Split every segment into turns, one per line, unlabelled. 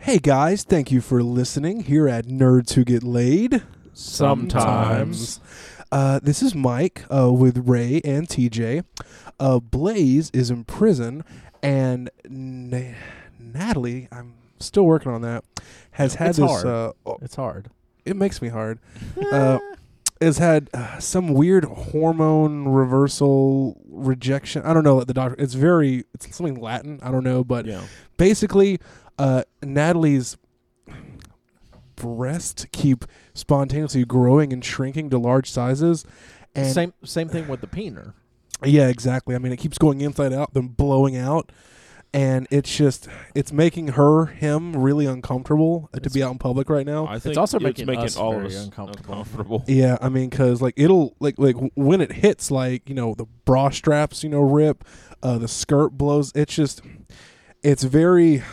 Hey guys, thank you for listening here at Nerds Who Get Laid.
Sometimes.
Uh, this is Mike uh, with Ray and TJ. Uh, Blaze is in prison, and Na- Natalie, I'm still working on that, has had
It's
this.
hard.
Uh, oh,
It's hard.
it makes me hard. Uh, has had uh, some weird hormone reversal rejection. I don't know. The doctor. It's very. It's something Latin. I don't know, but
yeah.
basically uh, natalie's breasts keep spontaneously growing and shrinking to large sizes and
Same same thing with the peener.
yeah exactly i mean it keeps going inside out then blowing out and it's just it's making her him really uncomfortable uh, to be out in public right now
I think
also
it's
making
making
us
all
very
of us
uncomfortable.
uncomfortable.
yeah i mean because like it'll like like when it hits like you know the bra straps you know rip uh the skirt blows it's just it's very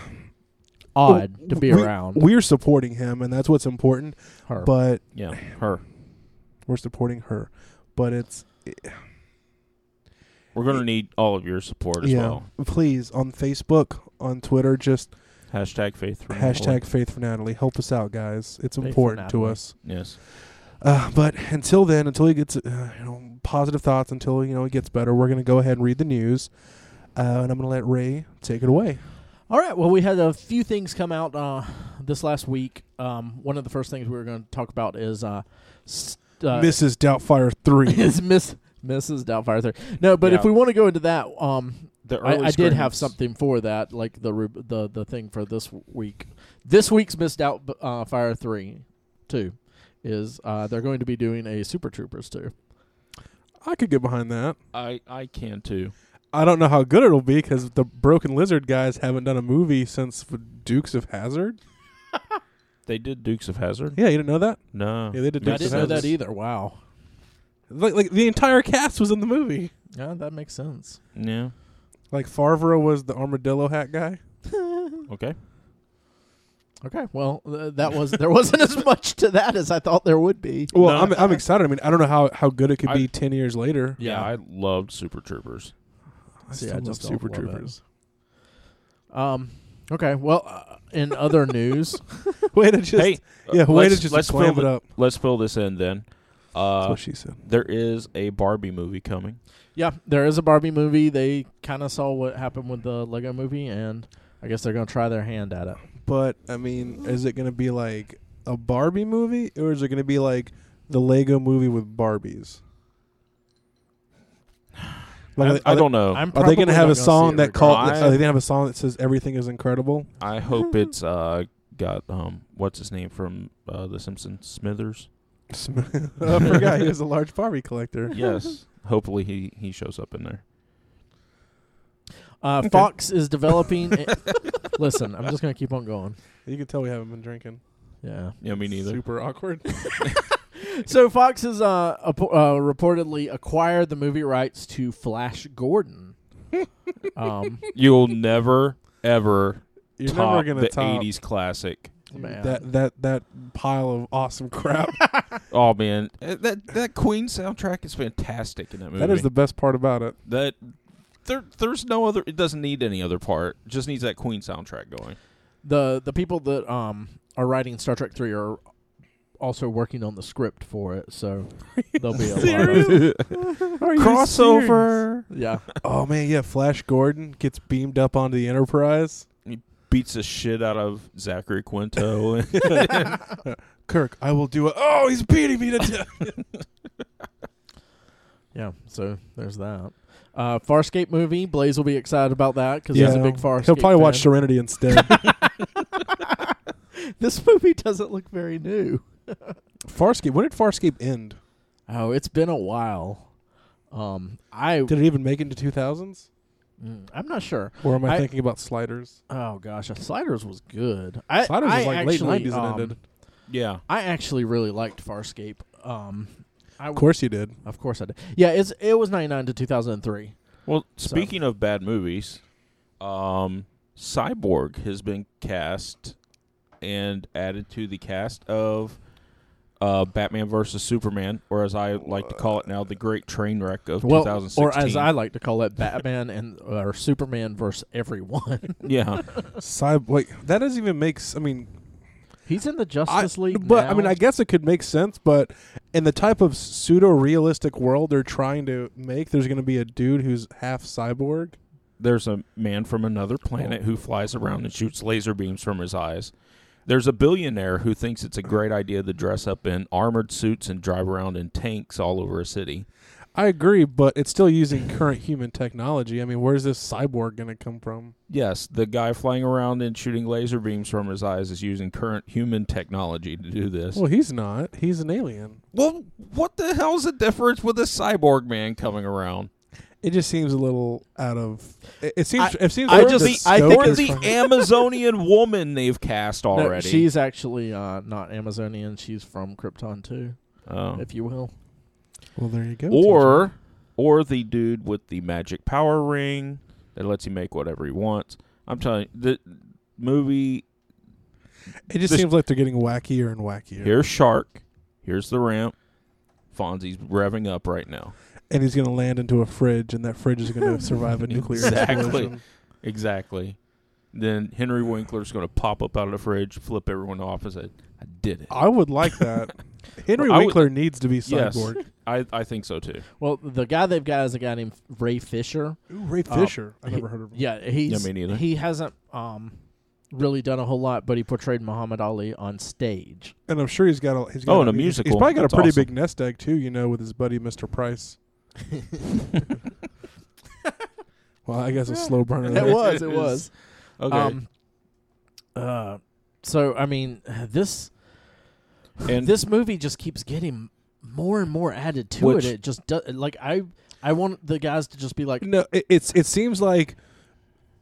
Odd to be
Oh, we-
around
we're supporting him and that's what's important
her.
but
Yeah, her.
we're supporting her but it's eh,
We're gonna need all of your support as
yeah
well.
please on facebook on twitter just
Hashtag faith. for Natalie.
hashtag faith for natalie help us out guys it's
for
important to
Natalie.
us
Yes.
uh, but until then until he gets uh, you know positive thoughts until you know he gets better we're going to go ahead and read the news uh, and i'm going to let ray take it away
All right. Well, we had a few things come out uh, this last week. Um, one of the first things we were going to talk about is uh, st- uh,
mrs doubtfire 3
is Miss Mrs. Doubtfire. There. No, but if
Yeah.
we want to go into that, um,
The
I,
early
I did have
screens.
something for that, like the re- the the thing for this week. This week's Miss Doubtfire uh, Fire three, two, is uh, they're going to be doing a Super Troopers two.
i could get behind that
I I can too.
i don't know how good it'll be because the broken lizard guys haven't done a movie since dukes of hazard
They did Dukes of Hazard.
yeah you didn't know that
No.
yeah they did
I
dukes
didn't
of
know
hazard
that
either. Wow.
like, like the entire cast was in the movie
Yeah, that makes sense.
Yeah.
Like Favreau was the armadillo hat guy.
Okay.
Okay, well, th- that was there wasn't as much to that as I thought there would be.
Well,
No.
I'm I'm excited. I mean, I don't know how, how good it could
I-
be ten years later.
Yeah,
Yeah.
I loved Super Troopers.
I
See,
still
I
love
just don't
Super
love it.
Troopers.
Um. Okay. Well, uh, in other news,
Way to just
hey,
yeah,
uh,
way to
let's-
just
let's
clam
fill
it
the-
up.
Let's fill this in then.
That's
Uh,
what she said.
there is a Barbie movie coming.
yeah, there is a Barbie movie. They kind of saw what happened with the Lego movie, and I guess they're gonna try their hand at it.
But I mean, is it going to be like a Barbie movie, or is it going to be like the Lego movie with Barbies? Like,
I,
are
I
they-
don't know.
I'm
Oh. Are they going to have
probably not
a
gonna see
song
it
that called? Are
regardless.
they going to have a song that says everything is incredible?
I hope it's uh got um what's his name from uh The Simpsons Smithers.
I forgot he was a large Barbie collector.
Yes. Hopefully he he shows up in there.
Uh, Fox is developing. a- Listen, I'm just gonna keep on going.
You can tell we haven't been drinking.
Yeah.
Yeah, me neither.
Super awkward.
So Fox has uh, apo- uh, reportedly acquired the movie rights to Flash Gordon. um,
You'll never ever
You're
top
never gonna
the
top
80s classic.
man.
that that that pile of awesome crap.
Oh man, Uh, that that Queen soundtrack is fantastic in that movie.
that is the best part about it.
that there there's no other. It doesn't need any other part. Just needs that Queen soundtrack going.
the the people that um are writing Star Trek three are also working on the script for it, so there'll be a lot. Of,
Crossover.
yeah,
Oh man, yeah. Flash Gordon gets beamed up onto the Enterprise.
Beats the shit out of Zachary Quinto.
Kirk, I will do it. Oh, he's beating me to death.
yeah. So there's that. Uh, Farscape movie. Blaze will be excited about that because he's a big Farscape.
He'll probably
fan.
watch Serenity instead.
This movie doesn't look very new.
Farscape. When did Farscape end?
Oh, it's been a while. Um, I
Did it even make it into two thousands?
mm, I'm not sure.
Or am I,
I-
thinking about Sliders?
Oh gosh, Sliders was good. I,
Sliders
I
was like
actually,
late nineties
um,
and ended.
yeah,
I actually really liked Farscape. Um, I
Of course you did.
Of course I did. Yeah, it's it was ninety nine to two thousand and three.
Well, speaking of bad movies, um, Cyborg has been cast and added to the cast of uh, Batman versus Superman, or as I like to call it now, the Great Train Wreck of
Well,
2016.
or as I like to call it, Batman and or Superman versus everyone.
yeah,
Cyb- like that doesn't even make. s- I mean,
He's in the
I-
Justice League,
but I
now.
mean, I guess it could make sense. But in the type of pseudo realistic world they're trying to make, there's going to be a dude who's half cyborg.
there's a man from another planet who flies around and shoots laser beams from his eyes. There's a billionaire who thinks it's a great idea to dress up in armored suits and drive around in tanks all over a city.
I agree, but it's still using current human technology. I mean, where's this cyborg going to come from?
Yes, the guy flying around and shooting laser beams from his eyes is using current human technology to do this.
Well, he's not. He's an alien.
Well, what the hell's the difference with a cyborg man coming around?
It just seems a little out of. It, it seems.
I-
it seems.
I
like
just-
the
I
scope
think
Or
is
the
fine.
Amazonian woman they've cast
No,
already.
she's actually uh, not Amazonian. She's from Krypton too,
Oh.
if you will.
well, there you go.
or or the dude with the magic power ring that lets you make whatever he wants. I'm telling you, the movie
TJ. it just
this-
seems like they're getting wackier and wackier.
here's Shark, here's the ramp. Fonzie's revving up right now.
and he's going to land into a fridge, and that fridge is going to survive a nuclear
Exactly.
explosion.
Exactly. Then Henry Winkler's going to pop up out of the fridge, flip everyone off, and say, "I did it."
I would like that. Henry
I would-
Winkler needs to be
Yes.
cyborg.
I I think so too.
Well, the guy they've got is a guy named Ray Fisher.
Ooh, Ray
Uh,
Fisher. I've
he-
never heard of him.
Yeah, he's
me neither.
he hasn't um really done a whole lot, but he portrayed Muhammad Ali on stage.
And I'm sure he's got a he's got
Oh,
a,
and a
he's- He's
musical.
probably got
That's
a pretty
awesome.
big nest egg too, you know, with his buddy Mr. Price. well, I guess a slow burner.
It
there.
was, it was.
Okay.
Um, uh, so I mean, this
and
this movie just keeps getting more and more added to
Which-
it. It just does, like I I want the guys to just be like,
No, it, it's it seems like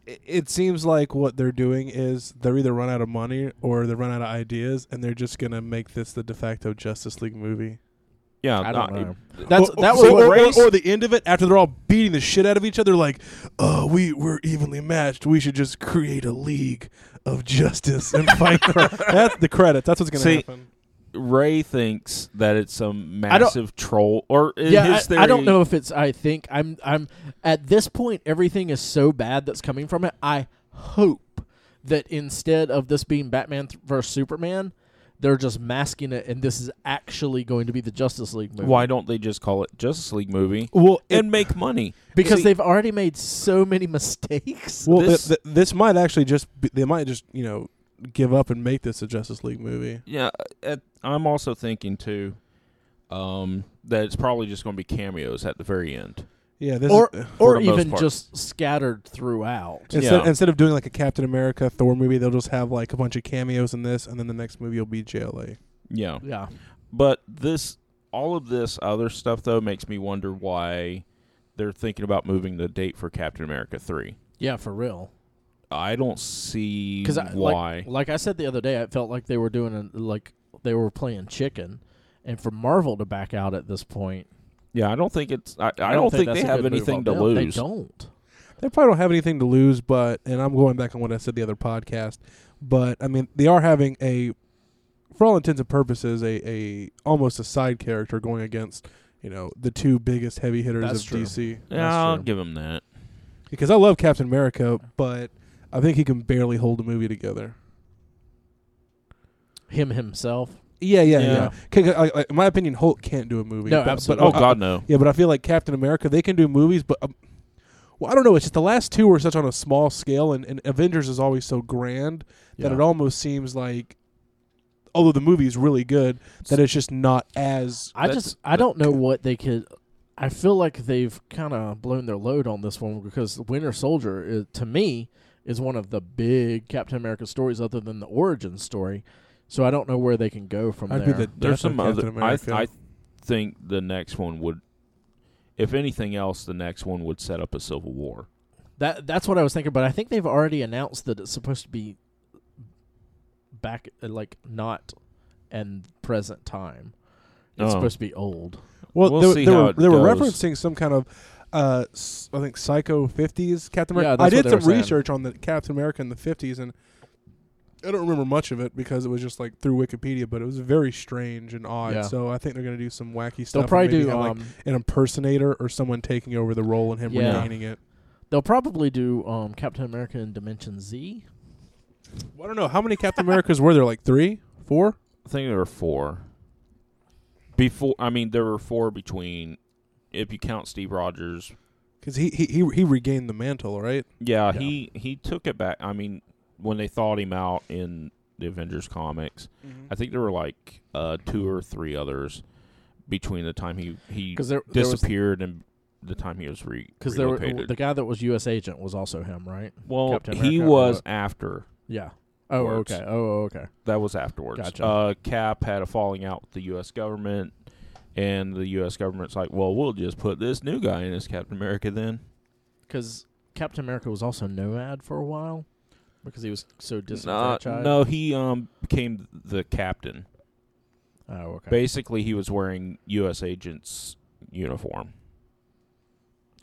it- it seems like what they're doing is they're either run out of money or they run out of ideas, and they're just gonna make this the de facto Justice League movie.
yeah,
I don't
uh,
know. That's
Or-
that
or-
was
or,
what
or-
Ray
or the end of it after they're all beating the shit out of each other. Like, uh, we we're evenly matched. We should just create a league of justice and fight. crime. That's the credits. That's what's gonna
See,
happen.
Ray thinks that it's some
I don't-
massive troll, or in
yeah,
his
I,
theory,
I don't know if it's. I think I'm. I'm at this point. Everything is so bad that's coming from it. I hope that instead of this being Batman th- versus Superman, they're just masking it, and this is actually going to be the Justice League movie.
Why don't they just call it Justice League movie
Well,
and make money?
Because
See,
they've already made so many mistakes.
well,
this-
this, this might actually just be, they might just you know give up and make this a Justice League movie.
yeah. At, I'm also thinking too um, that it's probably just going to be cameos at the very end.
Yeah, this
or,
is,
or
the most
even
part.
just scattered throughout.
Instead,
Yeah.
instead of doing like a Captain America Thor movie, they'll just have like a bunch of cameos in this, and then the next movie will be JLA.
Yeah,
Yeah,
but this all of this other stuff though makes me wonder why they're thinking about moving the date for Captain America three.
yeah, for real.
I don't see
Because
why.
like, like I said the other day, I felt like they were doing a, like they were playing chicken, and for Marvel to back out at this point,
yeah, I don't think it's. I, I,
I
don't think, they
that's a
have
good move
anything
on
to
them. They
lose.
don't.
They probably don't have anything to lose, but and I'm going back on what I said the other podcast, but I mean they are having a, for all intents and purposes, a a almost a side character going against you know the two biggest heavy hitters
That's
of
true.
DC.
That's
Yeah, I'll
true.
give them that.
Because I love Captain America, but I think he can barely hold a movie together.
Him himself.
Yeah, yeah,
Yeah.
yeah. 'Cause, uh, like, in my opinion, Hulk can't do a movie.
No,
but- but,
absolutely.
Oh
uh,
God, no.
Yeah, but I feel like Captain America, they can do movies, but um, well, I don't know. It's just the last two were such on a small scale, and, and Avengers is always so grand that
Yeah.
it almost seems like, although the movie is really good, that it's just not as.
I
That's-
just I don't know what they could. I feel like they've kind of blown their load on this one because Winter Soldier, is, to me, is one of the big Captain America stories other than the origin story. So I don't know where they can go from
I'd be
there.
the death
There's
of
some
Captain
other. I,
America.
I think the next one would, if anything else, the next one would set up a civil war.
That that's what I was thinking, but I think they've already announced that it's supposed to be back, uh, like not and present time. It's
Oh.
supposed to be old.
well,
we'll
they, were-
see
they
how
were,
it
they were
goes.
referencing some kind of. Uh, s- I think Psycho 50s Captain
Yeah,
America.
that's
I
what
did
they
some
were saying.
research on the Captain America in the 50s, and I don't remember much of it because it was just like through Wikipedia, but it was very strange and odd.
Yeah.
So I think they're going to do some wacky stuff.
They'll
and
probably
maybe
do
have, like,
um,
an impersonator or someone taking over the role and him
Yeah.
regaining it.
they'll probably do um, Captain America in Dimension Z.
Well, I don't know how many Captain Americas were there. Like three, four.
I think there were four. Before, I mean, there were four between, if you count Steve Rogers.
Because he, he he he regained the mantle, right?
Yeah,
Yeah.
he he took it back. I mean, when they thawed him out in the Avengers comics, I think there were like uh, two or three others between the time he he
Because there, there was
disappeared and the time he was re-
because there were,
relocated.
the guy that was U.S. agent was also him, right?
well,
Captain
he
America uh, or
was
what?
after.
Yeah. Oh,
Works.
okay. Oh, oh, okay.
That was afterwards.
Gotcha.
Uh, Cap had a falling out with the U.S. government, and the U.S. government's like, "Well, we'll just put this new guy in as Captain America then."
Because Captain America was also Nomad for a while because he was so
Nah,
disenfranchised.
no, he um became the captain.
Oh, okay.
Basically, he was wearing U.S. agent's uniform.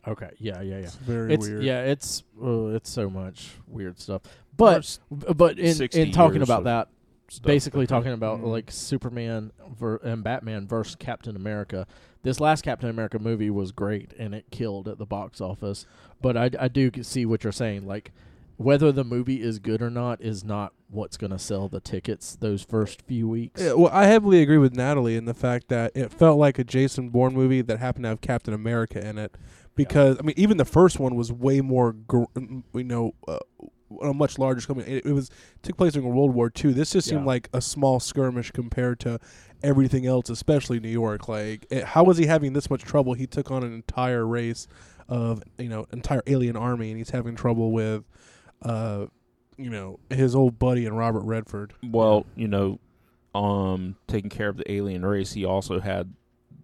okay. Yeah. Yeah. Yeah.
It's very
It's
weird.
yeah. It's uh, it's so much weird stuff. But
There's
but in,
60
in talking
years
about
of
that,
stuff
basically
that they-
talking about
Mm.
like Superman ver- and Batman versus Captain America. This last Captain America movie was great and it killed at the box office. But I, I do see what you're saying. Like whether the movie is good or not is not what's going to sell the tickets those first few weeks.
Yeah, well, I heavily agree with Natalie in the fact that it felt like a Jason Bourne movie that happened to have Captain America in it, because I mean, even the first one was way more, gr- m- you know, uh, on a much larger scale. I mean, It, it was took place during World War II. This just seemed
Yeah.
like a small skirmish compared to everything else, especially New York. Like, it, how was he having this much trouble? He took on an entire race of you know entire alien army, and he's having trouble with, uh, you know, his old buddy and Robert Redford.
Well, you know, um, taking care of the alien race, he also had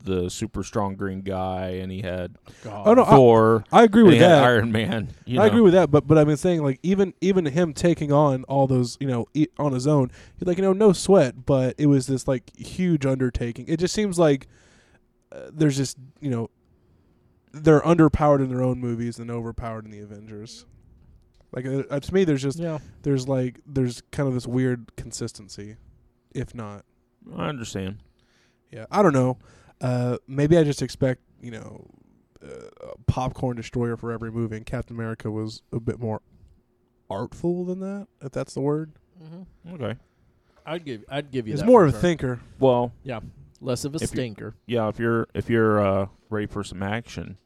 the super strong green guy, and he had
God.
Oh no, I,
Thor.
I agree
and
with
he had
that.
Iron Man. You know?
I agree with that, but but I've been saying like even even him taking on all those you know e- on his own, he's like you know no sweat, but it was this like huge undertaking. It just seems like uh, there's just you know they're underpowered in their own movies and overpowered in the Avengers. Like uh, uh, to me, there's just
Yeah.
there's like there's kind of this weird consistency, if not
I understand.
yeah, I don't know. Uh, maybe I just expect you know uh, a popcorn destroyer for every movie, and Captain America was a bit more artful than that, if that's the word.
hmm
Okay.
I'd give I'd give you
He's
that
Mm-hmm. more
for
of a
sure.
thinker.
Well,
less of a
If you-
stinker.
yeah. If you're if you're uh, ready for some action,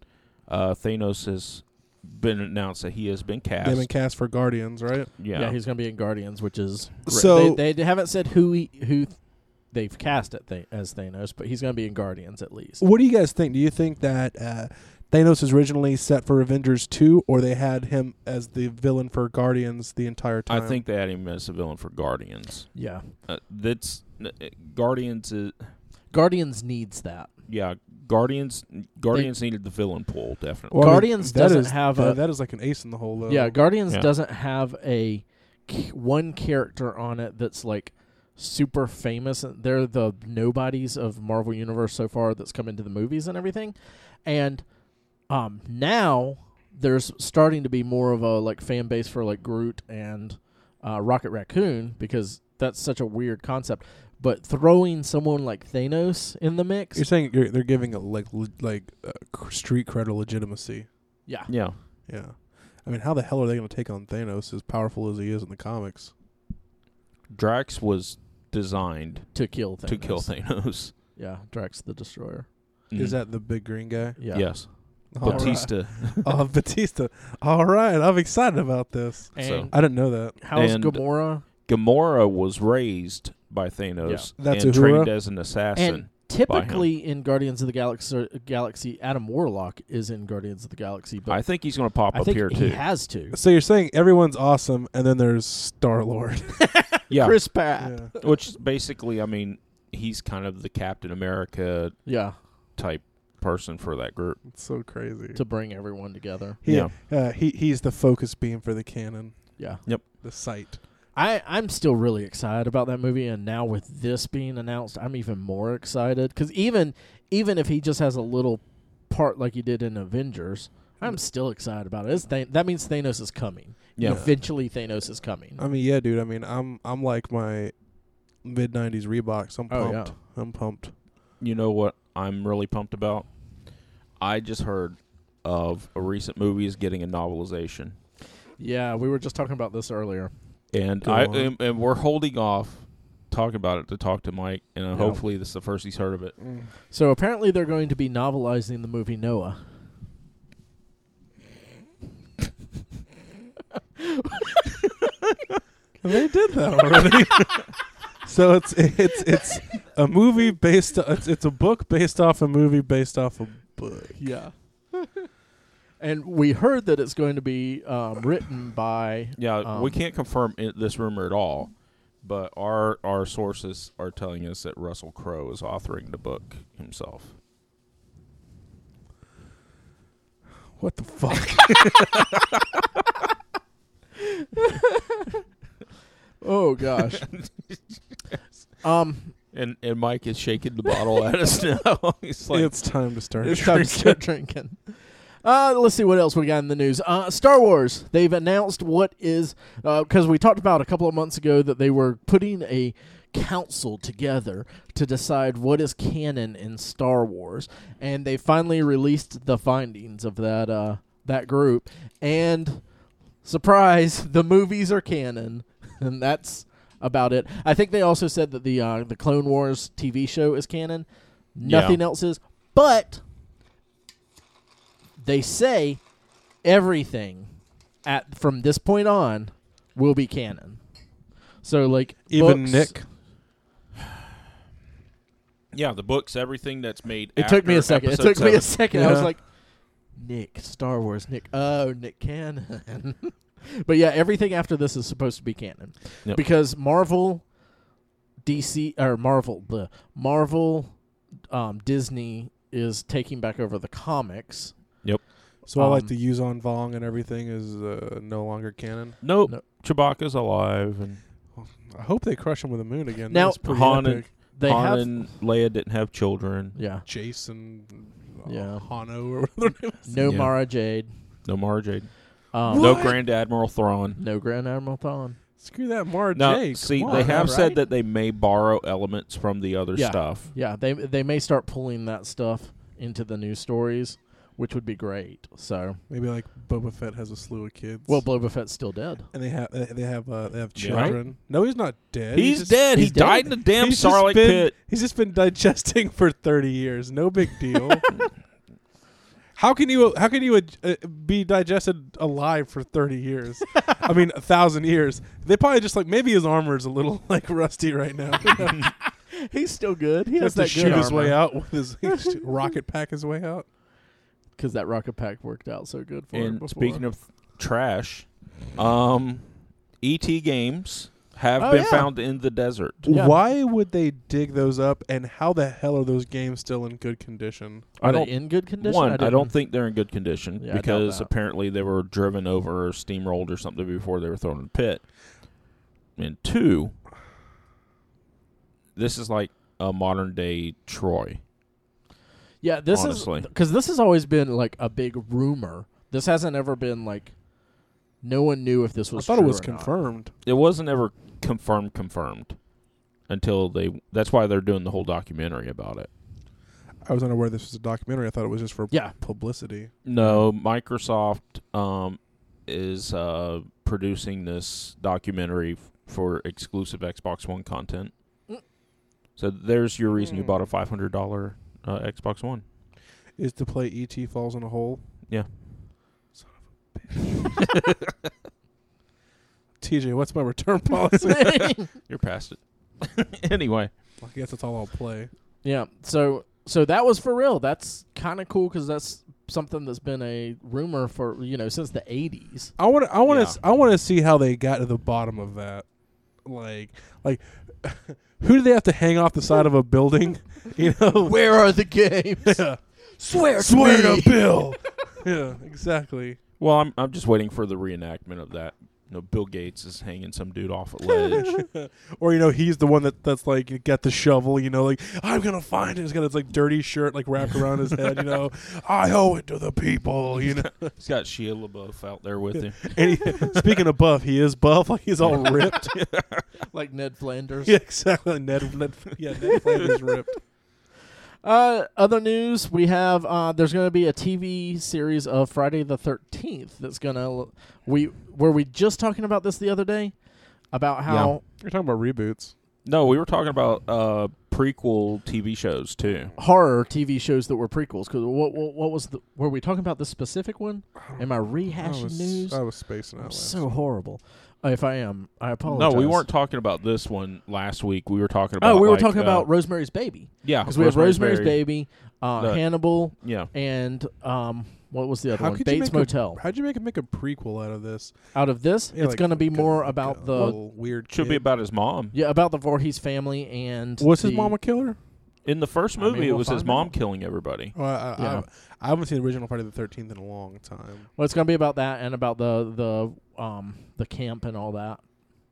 uh, Thanos has been announced that he has been cast.
Them and cast for Guardians, right?
yeah.
Yeah. he's going to be in Guardians, which is
So
they, they haven't said who he, who they've cast at th- as Thanos, but he's going to be in Guardians at least.
what do you guys think? Do you think that uh, Thanos is originally set for Avengers two, or they had him as the villain for Guardians the entire
I
time?
think they had him as a villain for Guardians.
Yeah.
Uh, that's n- uh, Guardians is
Guardians needs that.
yeah. Guardians Guardians needed the villain pull definitely.
I mean,
Guardians
that
doesn't
is-
have
that-
a-
that is like an ace in the hole though.
yeah, Guardians
Yeah.
doesn't have a c- one character on it that's like super famous. They're the nobodies of Marvel Universe so far that's come into the movies and everything. And um now there's starting to be more of a like fan base for like Groot and uh, Rocket Raccoon because that's such a weird concept. But throwing someone like Thanos in the mix,
You're saying you're, they're giving it like le- like uh, cr- street cred or legitimacy.
yeah,
Yeah.
Yeah. I mean, how the hell are they going to take on Thanos as powerful as he is in the comics?
Drax was designed
to kill Thanos.
to kill Thanos.
Yeah, Drax the Destroyer.
Is
Mm-hmm.
Mhm.
that the big green guy?
Yeah.
yes
All
Batista?
right. Oh, Batista. All right. I'm excited about this.
And
So-
I didn't know that.
how's
and-
Gamora?
Gamora was raised by Thanos
Yeah. That's
and
Uhura?
trained as an assassin.
And typically in Guardians of the Galaxy, uh, Galaxy, Adam Warlock is in Guardians of the Galaxy, but
I think he's going to pop
I
up
think
here
he
too.
has to.
So you're saying everyone's awesome, and then there's Star Lord.
yeah,
Chris Pratt.
yeah.
which is basically, I mean, he's kind of the Captain America
Yeah.
type person for that group.
It's so crazy.
to bring everyone together.
He,
Yeah.
Uh, he he's the focus beam for the cannon,
Yeah.
the sight.
I I'm still really excited about that movie and now with this being announced, I'm even more excited cuz even even if he just has a little part like he did in Avengers, I'm still excited about it. It's Than- that means Thanos is coming.
Yeah.
Eventually, Thanos is coming.
I mean, yeah, dude. I mean, I'm I'm like my mid '90s Reeboks. I'm
Oh,
pumped. I'm pumped.
You know what I'm really pumped about? I just heard of a recent movie is getting a novelization,
yeah, we were just talking about this earlier.
and
Go
I
on.
and, and we're holding off talking about it to talk to Mike, and uh,
Yeah.
hopefully this is the first he's heard of it.
So apparently, they're going to be novelizing the movie Noah.
They did that already. so it's it's it's a movie based. It's it's a book based off a movie based off a book.
Yeah. and we heard that it's going to be um, written by.
Yeah,
Um,
we can't confirm it, this rumor at all, but our our sources are telling us that Russell Crowe is authoring the book himself.
What the fuck?
Oh gosh. um,
And and Mike is shaking the bottle at us now. He's like,
it's time to start.
it's time to start drinking. Uh, let's see what else we got in the news. Uh, Star Wars. They've announced what is because we talked about a couple of months ago that they were putting a council together to decide what is canon in Star Wars, and they finally released the findings of that uh, that group. And surprise, the movies are canon, and that's about it. I think they also said that the uh, the Clone Wars TV show is canon.
Yeah.
Nothing else is, but they say everything at from this point on will be canon. So like
Even
books-
Nick.
yeah, the books, everything that's made.
It took me a
after
second. It
episode
took me
seven.
a second. I was
Yeah.
like, Nick, Star Wars, Nick. Oh, Nick Cannon. but yeah, everything after this is supposed to be canon
Yep.
because Marvel, DC or Marvel, the Marvel, um, Disney is taking back over the comics.
So I like
Um,
to use on Vong and everything is uh, no longer canon.
Nope.
No.
Chewbacca's alive, and
I hope they crush him with a moon again.
Now-
That's pretty
Han and-
epic.
They
Han
have,
and Leia didn't have children.
yeah,
Jason. Uh,
Yeah.
Hano or whatever. their name is.
no
Yeah.
Mara Jade,
No Mara Jade.
um,
No
What?
Grand Admiral Thrawn.
no Grand Admiral Thrawn.
Screw that, Mara
Now,
Jade.
see,
come
they
on.
have
right?
said that they may borrow elements from the other
Yeah.
stuff.
Yeah, they they may start pulling that stuff into the new stories, which would be great. So,
Maybe like Boba Fett has a slew of kids.
well, Boba Fett's still dead.
and they have they they have uh, they have
Yeah. Right?
children. No, he's not dead.
He's
just-
dead.
he's
he died in
dead.
the damn
he's just
Sarlacc
been-
pit.
He's just been digesting for thirty years. No big deal. how can you how can you uh, be digested alive for thirty years? I mean, a thousand years. They probably just like maybe his armor's a little like rusty right now. he
He's still good. He
has
has
to
that
shoot his way out with his he has to rocket pack his way out.
because that rocket pack worked out so good for him.
And
Before.
speaking of trash, um, ET games have
Oh,
been
yeah.
found in the desert.
Yeah.
Why would they dig those up? And how the hell are those games still in good condition?
are
I don't.
they in good condition?
One, I, don't
didn't-
think they're in good condition
Yeah, I doubt
because
that.
apparently they were driven over or steamrolled or something before they were thrown in the pit. And two, this is like a modern day Troy.
Yeah, this
honestly.
is because this has always been like a big rumor. This hasn't ever been like no one knew if this
I
was.
thought it
true
was
or not.
confirmed.
It wasn't ever confirmed, confirmed until they. That's why they're doing the whole documentary about it.
I was unaware this was a documentary. I thought it was just for
Yeah.
publicity.
No, Microsoft um, is uh, producing this documentary f- for exclusive Xbox One content.
Mm.
So there's your reason you
Mm.
bought a five hundred dollar uh, Xbox One.
Is to play E.T. Falls in a Hole.
Yeah.
Son of a bitch. TJ, what's my return policy?
You're past it. anyway,
I guess that's all I'll play.
yeah, so so that was for real. That's kind of cool because that's something that's been a rumor for you know since the eighties.
I want to. I want
Yeah.
to. I want to see how they got to the bottom of that. Like, like, who do they have to hang off the side of a building? You know,
Where are the games?
Yeah.
Swear, to
swear
me.
to Bill. yeah, exactly.
well, I'm I'm just waiting for the reenactment of that you know, Bill Gates is hanging some dude off a ledge.
or you know he's the one that that's like you got the shovel you know like i'm gonna find it he's got this like dirty shirt like wrapped around his head you know i owe it to the people you know
He's got Shia LaBeouf out there with him.
and he, speaking of buff he is buff like he's all ripped
like Ned Flanders.
yeah exactly ned, ned yeah ned flanders ripped
Uh, other news we have uh, there's going to be a TV series of Friday the 13th that's going to we were we just talking about this the other day about how
you're talking about reboots
No, we were talking about uh, prequel TV shows too.
horror TV shows that were prequels cuz what, what what was the were we talking about this specific one? Am I
I
rehashing
was,
news?
I was spacing out
I'm
last.
so horrible. Uh, if I am, I apologize.
No, we weren't talking about this one last week. We were talking about.
Oh, we were
like,
talking
uh,
about Rosemary's Baby
yeah,
because we have Rosemary's Baby, uh,
The-
Hannibal,
Yeah,
and um, what was the other
How
one?
could you
Bates
make a-
Motel.
how'd you make him make a prequel out of this
Out of this,
Yeah,
it's
like,
going to be
like uh, a-
more
like
about
a
the
little weird
should
kid.
be about his mom.
yeah about the Voorhees family and
was his
the-
mom a killer
In the first
I mean,
movie, it
we'll
was his
find
mom
out.
killing everybody.
Well, I, I, I,
Yeah.
I haven't seen the original Friday the Thirteenth in a long time.
Well, it's going to be about that and about the the um the camp and all that.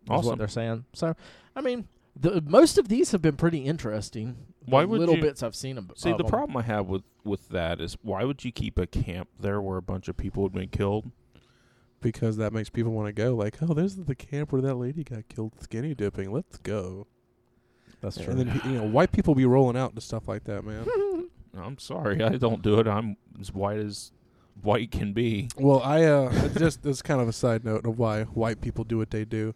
Is
Awesome.
what they're saying. So, I mean, the most of these have been pretty interesting. The
Why would
little
you-
bits I've seen ab- of
See, the
them.
problem I have with with that is why would you keep a camp there where a bunch of people had been killed?
because that makes people want to go. Like, oh, there's the camp where that lady got killed skinny dipping. Let's go.
That's
And then you know, white people be rolling out to stuff like that, man.
I'm sorry, I don't do it. I'm as white as white can be.
well, I uh, I just this is kind of a side note of why white people do what they do.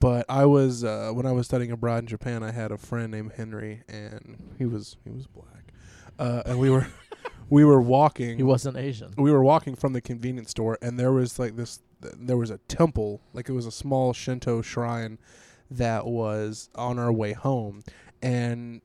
But I was uh, when I was studying abroad in Japan, I had a friend named Henry, and he was he was black, uh, and we were we were walking.
he wasn't Asian.
we were walking from the convenience store and there was like this there was a temple like it was a small shinto shrine that was on our way home and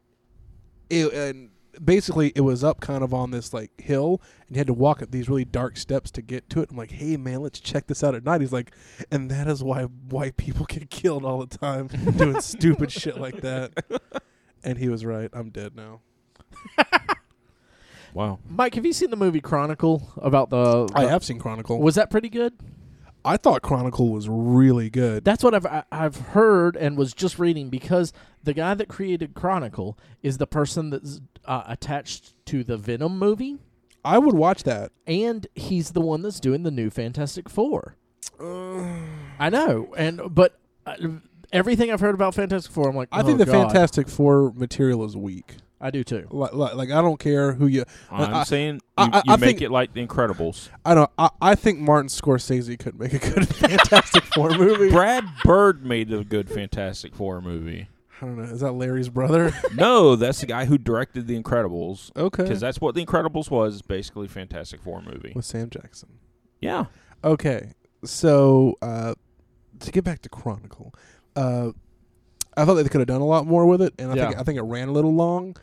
it and basically it was up kind of on this like hill and you had to walk up these really dark steps to get to it i'm like hey man let's check this out at night he's like and that is why white people get killed all the time doing stupid shit like that and he was right i'm dead now
Wow.
Mike, have you seen the movie Chronicle about the?
i
the-
have seen chronicle
Was that pretty good?
i thought chronicle was really good
That's what I've I- I've heard and was just reading because the guy that created Chronicle is the person that's uh, attached to the Venom movie,
i would watch that
and he's the one that's doing the new Fantastic Four. I know, and but uh, everything I've heard about Fantastic Four, I'm like,
I think
"Oh,
the
God."
Fantastic Four material is weak.
I do too.
Like, like, like, I don't care who you.
I'm
I-
saying you,
I- I-
you
I
make
think-
it like The Incredibles.
I don't. I, I think Martin Scorsese could make a good Fantastic Four movie.
Brad Bird made a good Fantastic Four movie.
I don't know. Is that Larry's brother?
No, that's the guy who directed The Incredibles
Okay.
because that's what The Incredibles was basically Fantastic Four movie.
With Sam Jackson.
Yeah.
Okay, so uh, to get back to Chronicle, uh, I thought they could have done a lot more with it, and I think
Yeah.
I think it ran a little long,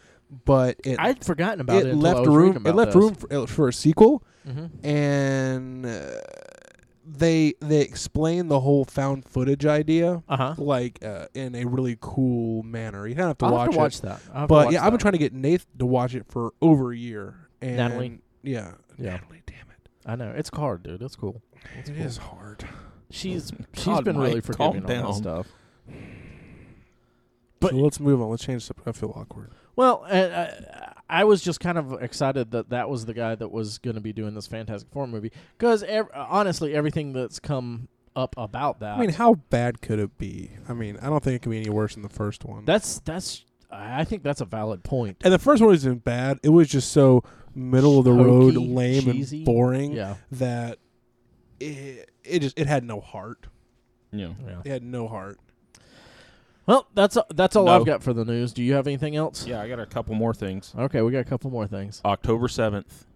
but it
I'd forgotten about it.
it
until I
left
was
room.
reading about
it left
this.
room for, for a sequel.
Mhm.
and uh, they they explain the whole found footage idea
Uh-huh.
like uh, in a really cool manner. You don't have to
I'll
watch
have to watch
it,
that. I'll have to
but
watch
yeah, I've been
that.
trying to get Nath to watch it for over a year. And
Natalie?
yeah,
Yeah.
Natalie, damn it,
I know it's hard, dude. It's cool.
It is
cool.
hard.
She's she's
God,
been really
Mike,
forgiving
calm
on
down.
that stuff.
But
But-
so let's move on. Let's change. the I feel awkward.
Well, uh, I, I was just kind of excited that that was the guy that was going to be doing this Fantastic Four movie because ev- honestly, everything that's come up about that
I mean, how bad could it be? I mean, I don't think it can be any worse than the first one.
that's that's I think that's a valid point.
and the first one isn't bad. It was just so middle of the road,
Hokey,
lame,
cheesy.
and boring
Yeah,
that it, it just it had no heart.
Yeah.
yeah.
They had no heart.
Well, that's that's all
No.
I've got for the news. Do you have anything else?
Yeah, I got a couple more things.
Okay, we got a couple more things.
October 7th,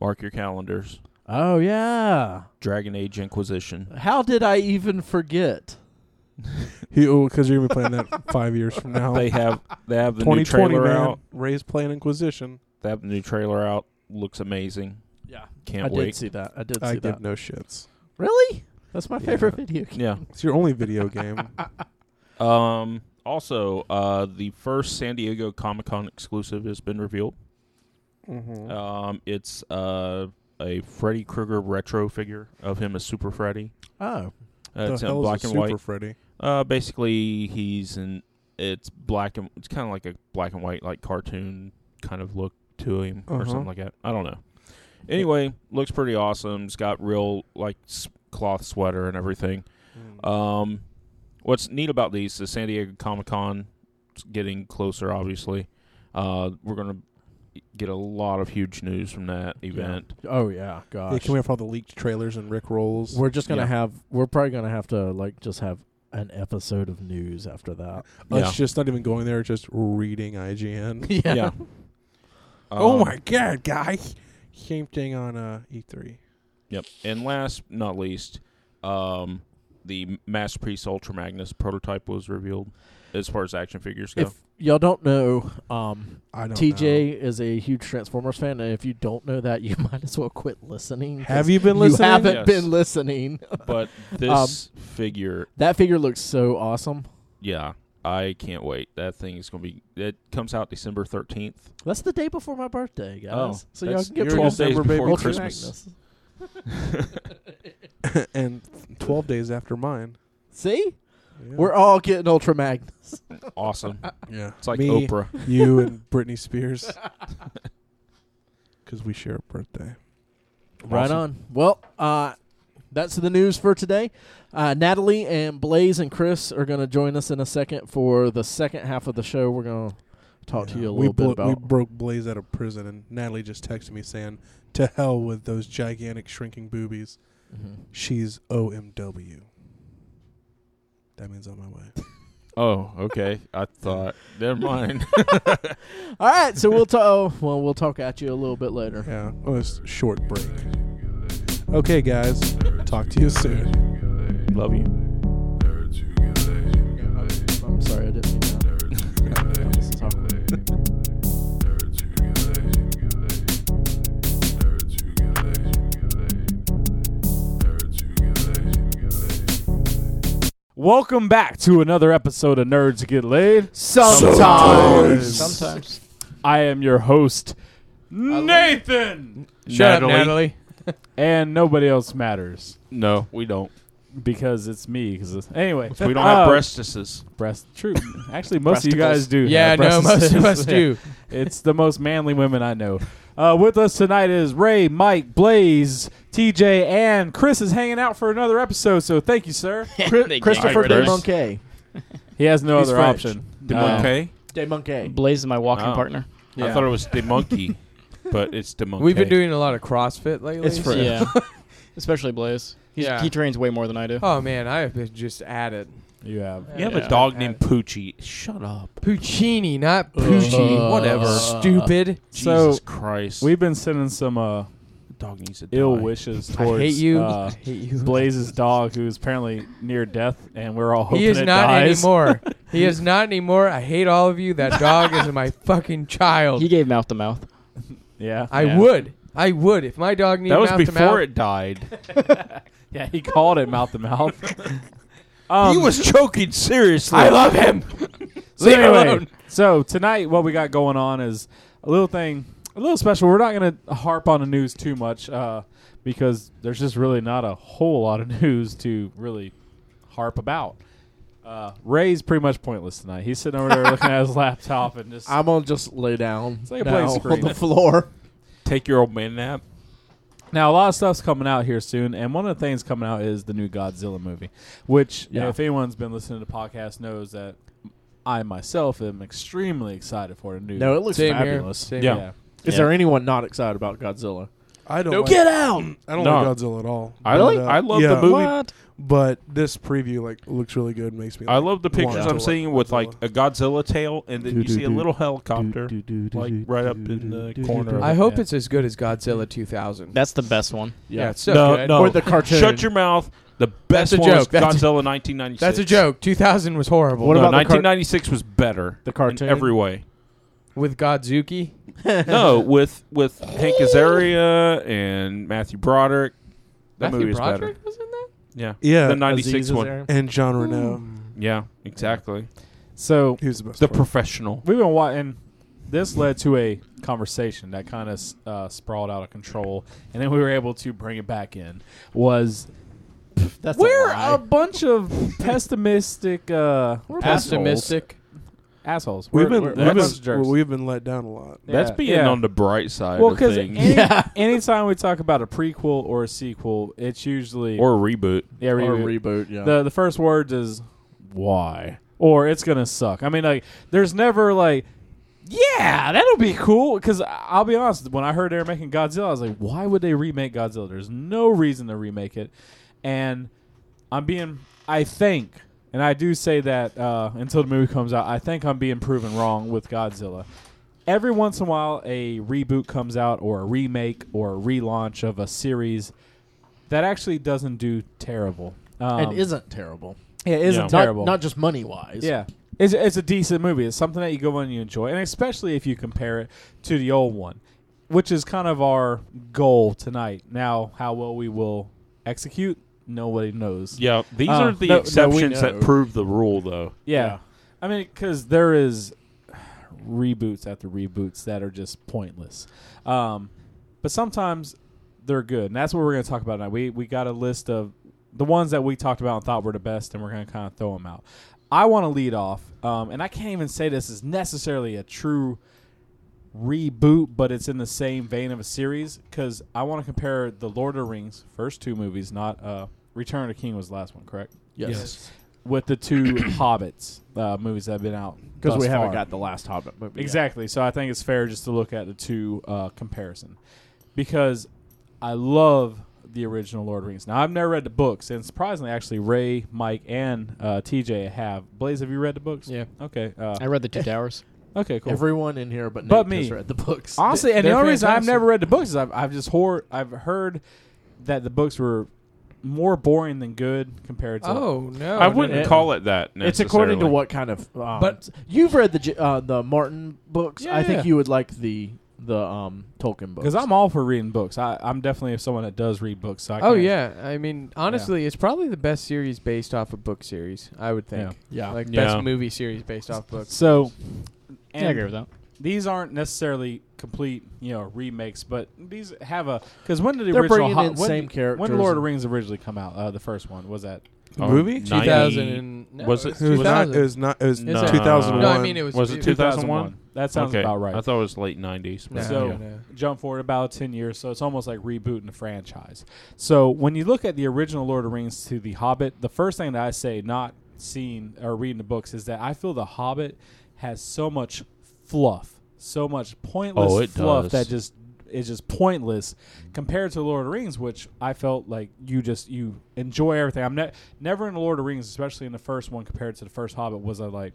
mark your calendars.
Oh yeah.
Dragon Age Inquisition.
How did I even forget?
Because oh, you're gonna be playing that five years from now.
They have they have the new
2020
trailer
man.
out.
Ray's playing Inquisition.
They have the new trailer out. Looks amazing.
Yeah,
Can't
I
wait.
did see that. I did
I
see
give
that.
no shits.
Really? That's my
Yeah.
favorite video game.
Yeah.
It's your only video game.
Um also, uh the first San Diego Comic-Con exclusive has been revealed.
Mhm.
Um it's uh a Freddy Krueger retro figure of him as Super Freddy.
Oh,
Uh, it's
the
in
hell
black
is a
and
Super
white.
Freddy?
Uh, basically, he's in. It's black and it's kind of like a black and white like cartoon kind of look to him or
Uh-huh.
something like that. I don't know. Anyway, looks pretty awesome. It's got real like s- cloth sweater and everything.
Mm.
Um, what's neat about these? The San Diego Comic Con getting closer. Obviously, uh, we're gonna get a lot of huge news from that event.
Oh yeah, gosh.
yeah, can we have all the leaked trailers and Rick rolls?
We're just gonna
Yeah.
have. We're probably gonna have to like just have an episode of news after that.
It's
Yeah. Um,
just not even going there; just reading IGN.
yeah.
Yeah.
oh
Um,
my god, guys! Same thing on uh, E3.
Yep. And last not least, um, the masterpiece Ultra Magnus prototype was revealed as far as action figures go.
If y'all don't know, um,
I don't know.
TJ is a huge Transformers fan, and if you don't know that, you might as well quit listening. 'cause
Have you been
you
listening?
haven't
Yes.
been listening.
but this figure,
That figure looks so awesome.
yeah, I can't wait. That thing is going to be. It comes out December thirtth.
That's the day before my birthday, guys.
Oh,
so y'all
that's-
can get
you're
12
just days before
Ultra
Christmas.
Magnus.
and twelve days after mine.
See,
Yeah.
we're all getting Ultra Magnus.
Awesome.
yeah.
It's like
Me,
Oprah.
you and Britney Spears. Because we share a birthday.
Right
Awesome.
on. Well, uh, that's the news for today. Uh, Natalie and Blaze and Chris are going to join us in a second for the second half of the show. We're going to talk to
Yeah.
you a
we
little bit
blo-
about.
We broke Blaze out of prison, and Natalie just texted me saying, "To hell with those gigantic shrinking boobies."
Mhm.
She's OMW. That means on my way.
Oh, okay. I thought. Never mind.
All right, so we'll talk. Well, we'll talk at you a little bit later.
Yeah, well, Oh, it's a short break. Okay, guys, talk to you soon.
Love you.
I'm sorry, I didn't mean that. This is awkward.
Welcome back to another episode of Nerds Get Laid.
Sometimes. Sometimes.
I am your host, Nathan,
Shut up, Natalie.
and nobody else matters
No, we don't.
because it's me. Because anyway,
We don't have
Uh,
breastises.
breast. True, actually, most of you guys do.
Yeah,
have
no, most of
breastises.
us do.
It's the most manly women I know. Uh, with us tonight is Ray, Mike, Blaze, TJ, and Chris is hanging out for another episode. So thank you, sir.
Chri- Christopher
rid of
De
us.
Monkey.
He has no
He's
other
French.
option.
The
Uh,
monkey.
De Monkey.
Blaze is my walking
Oh.
partner.
I thought it was the monkey, but it's the monkey.
We've been doing a lot of CrossFit lately.
It's free.
Yeah, especially Blaze. He's,
Yeah.
He trains way more than I do.
Oh man, I have been just at it.
You have.
You have a
Yeah.
dog named Poochie. Shut up.
Puccini, not Pucci.
Uh,
whatever. Stupid.
So-
Jesus Christ.
We've been sending some uh,
dog needs to
ill
die.
wishes
I
towards
hate you. I
Uh,
hate you.
Blaze's dog, who is apparently near death, and we're all hoping
He is
it
not
dies.
anymore. he is not anymore. I hate all of you. That dog is my fucking child.
He gave mouth to mouth.
Yeah,
I
Yeah.
would. I would if my dog needed
That was
mouth to
before
mouth.
it died.
yeah, he called it mouth to mouth. Um,
he was choking seriously.
I love him.
so
Leave it
anyway,
alone.
so tonight what we got going on is a little thing, a little special. We're not going to harp on the news too much uh, because there's just really not a whole lot of news to really harp about. Uh, Ray's pretty much pointless tonight. He's sitting over there looking at his laptop and just
I'm gonna just lay down
like a
now
Blaze
on
screen.
the floor.
Take your old man nap.
Now a lot of stuff's coming out here soon, and one of the things coming out is the new Godzilla movie, which
Yeah.
if anyone's been listening to the podcast knows that I myself am extremely excited for the new.
No, it looks
Same here.
fabulous.
Same
yeah.
here.
Is
Yeah.
there anyone not excited about Godzilla?
I don't. like,
Get out!
I don't
No.
like Godzilla at all.
I
But,
like.
uh,
I love
yeah,
the movie.
but this preview like looks really good. Makes me.
I
like,
love the pictures
want to
I'm seeing with like
Godzilla.
a Godzilla tail, and then you see a little helicopter like right up in the corner.
I hope
Yeah.
it's as good as Godzilla 2000.
That's the best one.
yeah, it's so
no,
good.
no.
Or the cartoon.
Shut your mouth. The best
a
one was
joke. That's a-
Godzilla 1996.
That's a joke. 2000 was horrible.
What
No,
about the cart-
1996 was better
the
in
cartoon.
every way.
with Godzuki?
no, with with Hank Azaria and Matthew Broderick. That
Matthew
movie is better.
Broderick was in that?
Yeah, the
yeah,
96 one.
and John Renault.
Yeah, exactly.
So
He was the best.
The
part.
professional.
we've been watching. This led to a conversation that kind of uh, sprawled out of control, and then we were able to bring it back in. Was
That's
we're
a lie.
a bunch of pessimistic. Uh, we're a bunch of
Pessimistic.
assholes. We're,
We've been,
we're,
we've
we're a bunch of
been,
jerks.
we've been let down a lot.
That's
Yeah,
being
yeah.
on the bright side
Well,
of
because
things.
any,
Yeah.
anytime we talk about a prequel or a sequel, it's usually
or reboot.
yeah,
Or
reboot.
reboot. Yeah.
the the first words is why or it's gonna suck. I mean, like there's never like yeah, that'll be cool. Because I'll be honest, when I heard they were making Godzilla, I was like, why would they remake Godzilla? There's no reason to remake it. And I'm being, I think, and I do say that uh, until the movie comes out, I think I'm being proven wrong with Godzilla. Every once in a while, a reboot comes out or a remake or a relaunch of a series that actually doesn't do terrible. Um,
and isn't terrible.
yeah, isn't
Yeah.
Not-
terrible.
Not, just money wise.
Yeah. It's, it's a decent movie. It's something that you go in and you enjoy, and especially if you compare it to the old one, which is kind of our goal tonight. Now, how well we will execute, nobody knows.
Yeah, these
Uh,
are the
no- no, we
exceptions
know.
that prove the rule, though.
Yeah.
Yeah.
I mean, because there is reboots after reboots that are just pointless. Um, but sometimes they're good, and that's what we're going to talk about tonight. We we got a list of the ones that we talked about and thought were the best, and we're going to kind of throw them out. I want to lead off, um, and I can't even say this is necessarily a true reboot, but it's in the same vein of a series because I want to compare the Lord of the Rings first two movies, not uh, Return of the King was the last one, correct?
Yes.
with the two Hobbits uh, movies that have been out
Because
thus
we haven't
far.
got the last Hobbit movie. yet.
exactly. So I think it's fair just to look at the two uh, comparison because I love the original Lord of the Rings. Now I've never read the books, and surprisingly, actually Ray, Mike, and uh, TJ have. Blaze, have you read the books?
Yeah.
Okay. Uh,
I read the two towers.
okay. Cool.
Everyone in here but,
But
Nate has
me.
read the books.
Honestly, and the
They're
only reason I've
fantastic.
never read the books is I've, I've just hor- I've heard that the books were more boring than good compared to.
Oh no!
I
no,
wouldn't
no.
call it that.
It's according to
necessarily.
what kind of. Um,
But-
but you've read the J- uh, the Martin books.
Yeah,
I
yeah.
think you would like the the um, Tolkien books.
Because I'm all for reading books. I, I'm definitely someone that does read books. So I
Oh
can't-
yeah, I mean honestly, it's probably the best series based off a book series. I would think,
yeah.
like
Yeah.
best movie series based off book.
So,
Yeah, I agree
and
with that.
these aren't necessarily complete, you know, remakes, but these have a because when did the
They're
original
bringing
Ho-
in
when,
same
When
characters
did Lord of the
and-
Rings originally come out, uh, the first one was that
The
Oh,
movie?
90
2000 and- no,
was
it
it?
was
It was, not,
2000.
it was not. It was
It's a-
2001.
No, I mean it was.
Was it
it-
2001?
That sounds
okay.
about right.
I thought it was late nineties.
No,
So-
no, no.
jump forward about 10 years so it's almost like rebooting the franchise so when you look at the original lord of the rings to the hobbit the first thing that i say not seeing or reading the books is that i feel the hobbit has so much fluff so much pointless
Oh, it
fluff
does.
that just is just pointless compared to lord of the rings which i felt like you just you enjoy everything i'm ne- never in the lord of the rings especially in the first one compared to the first hobbit was i like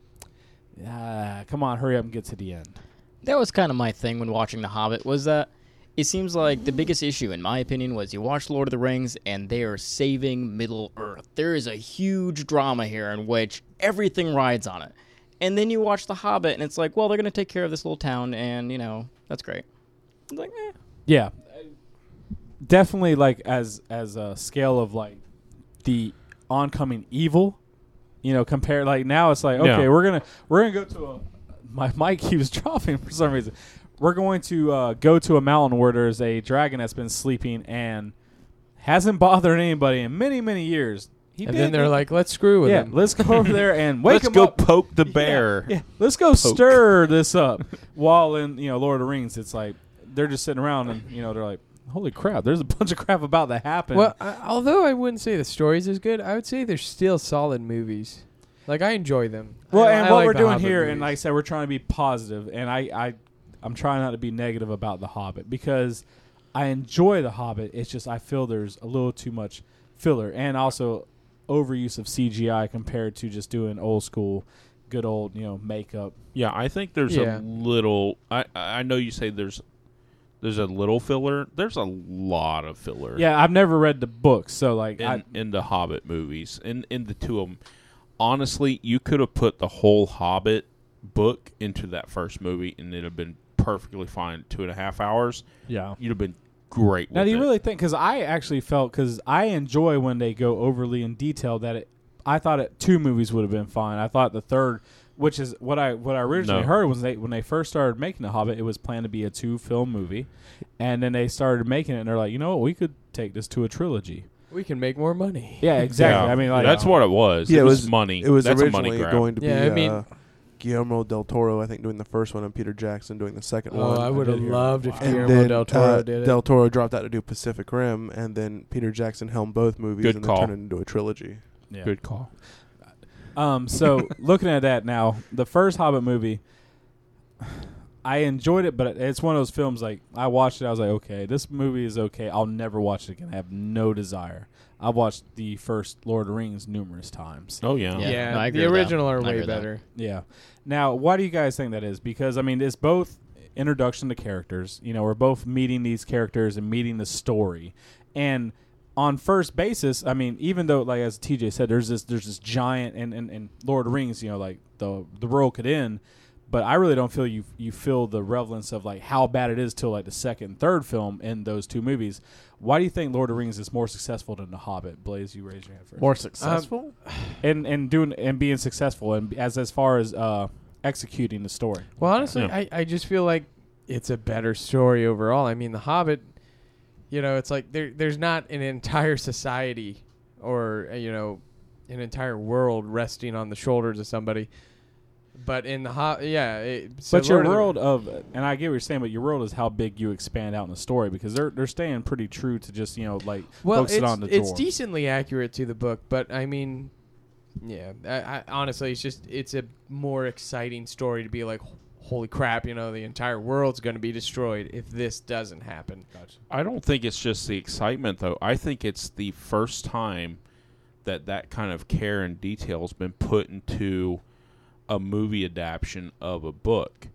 ah, come on hurry up and get to the end
That was kind of my thing when watching The Hobbit was that it seems like the biggest issue, in my opinion, was you watch Lord of the Rings and they are saving Middle Earth. There is a huge drama here in which everything rides on it. And then you watch The Hobbit and it's like, well, they're going to take care of this little town and, you know, that's great. It's like, eh.
Yeah, definitely. Like as as a scale of like the oncoming evil, you know, compare like now it's like okay,
Yeah.
we're gonna we're gonna go to a my mic keeps dropping for some reason. We're going to uh, go to a mountain where there's a dragon that's been sleeping and hasn't bothered anybody in many many years. He
and
did
then they're
it.
like, "Let's screw with
"Yeah,
him."
let's go over there and wake
Let's
him
go
up."
poke the
Yeah,
bear.
yeah. Let's go stir this up. While in you know Lord of the Rings, it's like they're just sitting around and you know they're like, holy crap, there's a bunch of crap about that happened.
Well, I, although I wouldn't say the stories is good, I would say they're still solid movies. Like I enjoy them.
well,
I-
and
I
what
like
we're
the
doing
Hobbit
here, and
movies.
like I said, we're trying to be positive, and I, I I'm trying not to be negative about the Hobbit because I enjoy the Hobbit. It's just I feel there's a little too much filler and also overuse of CGI compared to just doing old school, good old you know makeup.
Yeah, I think there's
Yeah.
a little. I I know you say there's there's a little filler. There's a lot of filler.
Yeah, I've never read the book, so like
in,
I,
in the Hobbit movies, in in the two of them. Honestly, you could have put the whole Hobbit book into that first movie, and it'd have been perfectly fine. Two and a half hours,
yeah.
you'd have been great.
Now,
with
do you
it.
really think? Because I actually felt because I enjoy when they go overly in detail. That it, I thought it, two movies would have been fine. I thought the third, which is what I what I originally
No.
heard was they when they first started making the Hobbit, it was planned to be a two film movie, and then they started making it, and they're like, you know what, we could take this to a trilogy.
We can make more money.
Yeah, exactly.
Yeah.
I mean, like uh,
that's what it was.
Yeah,
it,
it
was,
was-
money.
It was
that's a money
originally
grab.
going to be
Yeah, I mean-
uh, Guillermo del Toro, I think, doing the first one, and Peter Jackson doing the second one.
Oh, I would have loved if
and
Guillermo
then
del Toro
uh,
did it.
Del Toro dropped out to do Pacific Rim, and then Peter Jackson helmed both movies
Good
and
call.
then turned it into a trilogy.
Yeah.
Good call.
Um, so looking at that now, the first Hobbit movie, I enjoyed it, but it's one of those films like I watched it. I was like, okay, this movie is okay. I'll never watch it again. I have no desire. I've watched the first Lord of the Rings numerous times.
Oh yeah.
Yeah. no, I agree
the
with that.
original
I
are
agree
way
with that.
better.
Yeah. Now, why do you guys think that is? Because I mean, it's both introduction to characters. You know, we're both meeting these characters and meeting the story, and on first basis, I mean, even though like as TJ said, there's this there's this giant and and, and Lord of the Rings. You know, like the the world could end. But I really don't feel you you feel the relevance of like how bad it is till like the second and third film in those two movies. Why do you think Lord of the Rings is more successful than The Hobbit? Blaze, you raised your hand first
More successful?
and and doing and being successful and as as far as uh executing the story
Well, honestly,
Yeah.
I, I just feel like it's a better story overall. I mean, The Hobbit, you know, it's like there there's not an entire society or uh, you know an entire world resting on the shoulders of somebody. But in the Hobbit, yeah, it, so
but your
Lord of
world
the-
of and i get what you're saying but your world is how big you expand out in the story because they're they're staying pretty true to just you know like
well,
focus
it's,
it on the
it's
door
decently accurate to the book, but I mean, yeah, I, I, honestly, it's just it's a more exciting story to be like, holy crap, you know, the entire world's going to be destroyed if this doesn't happen.
I don't think it's just the excitement though. I think it's the first time that that kind of care and detail has been put into a movie adaptation of a book.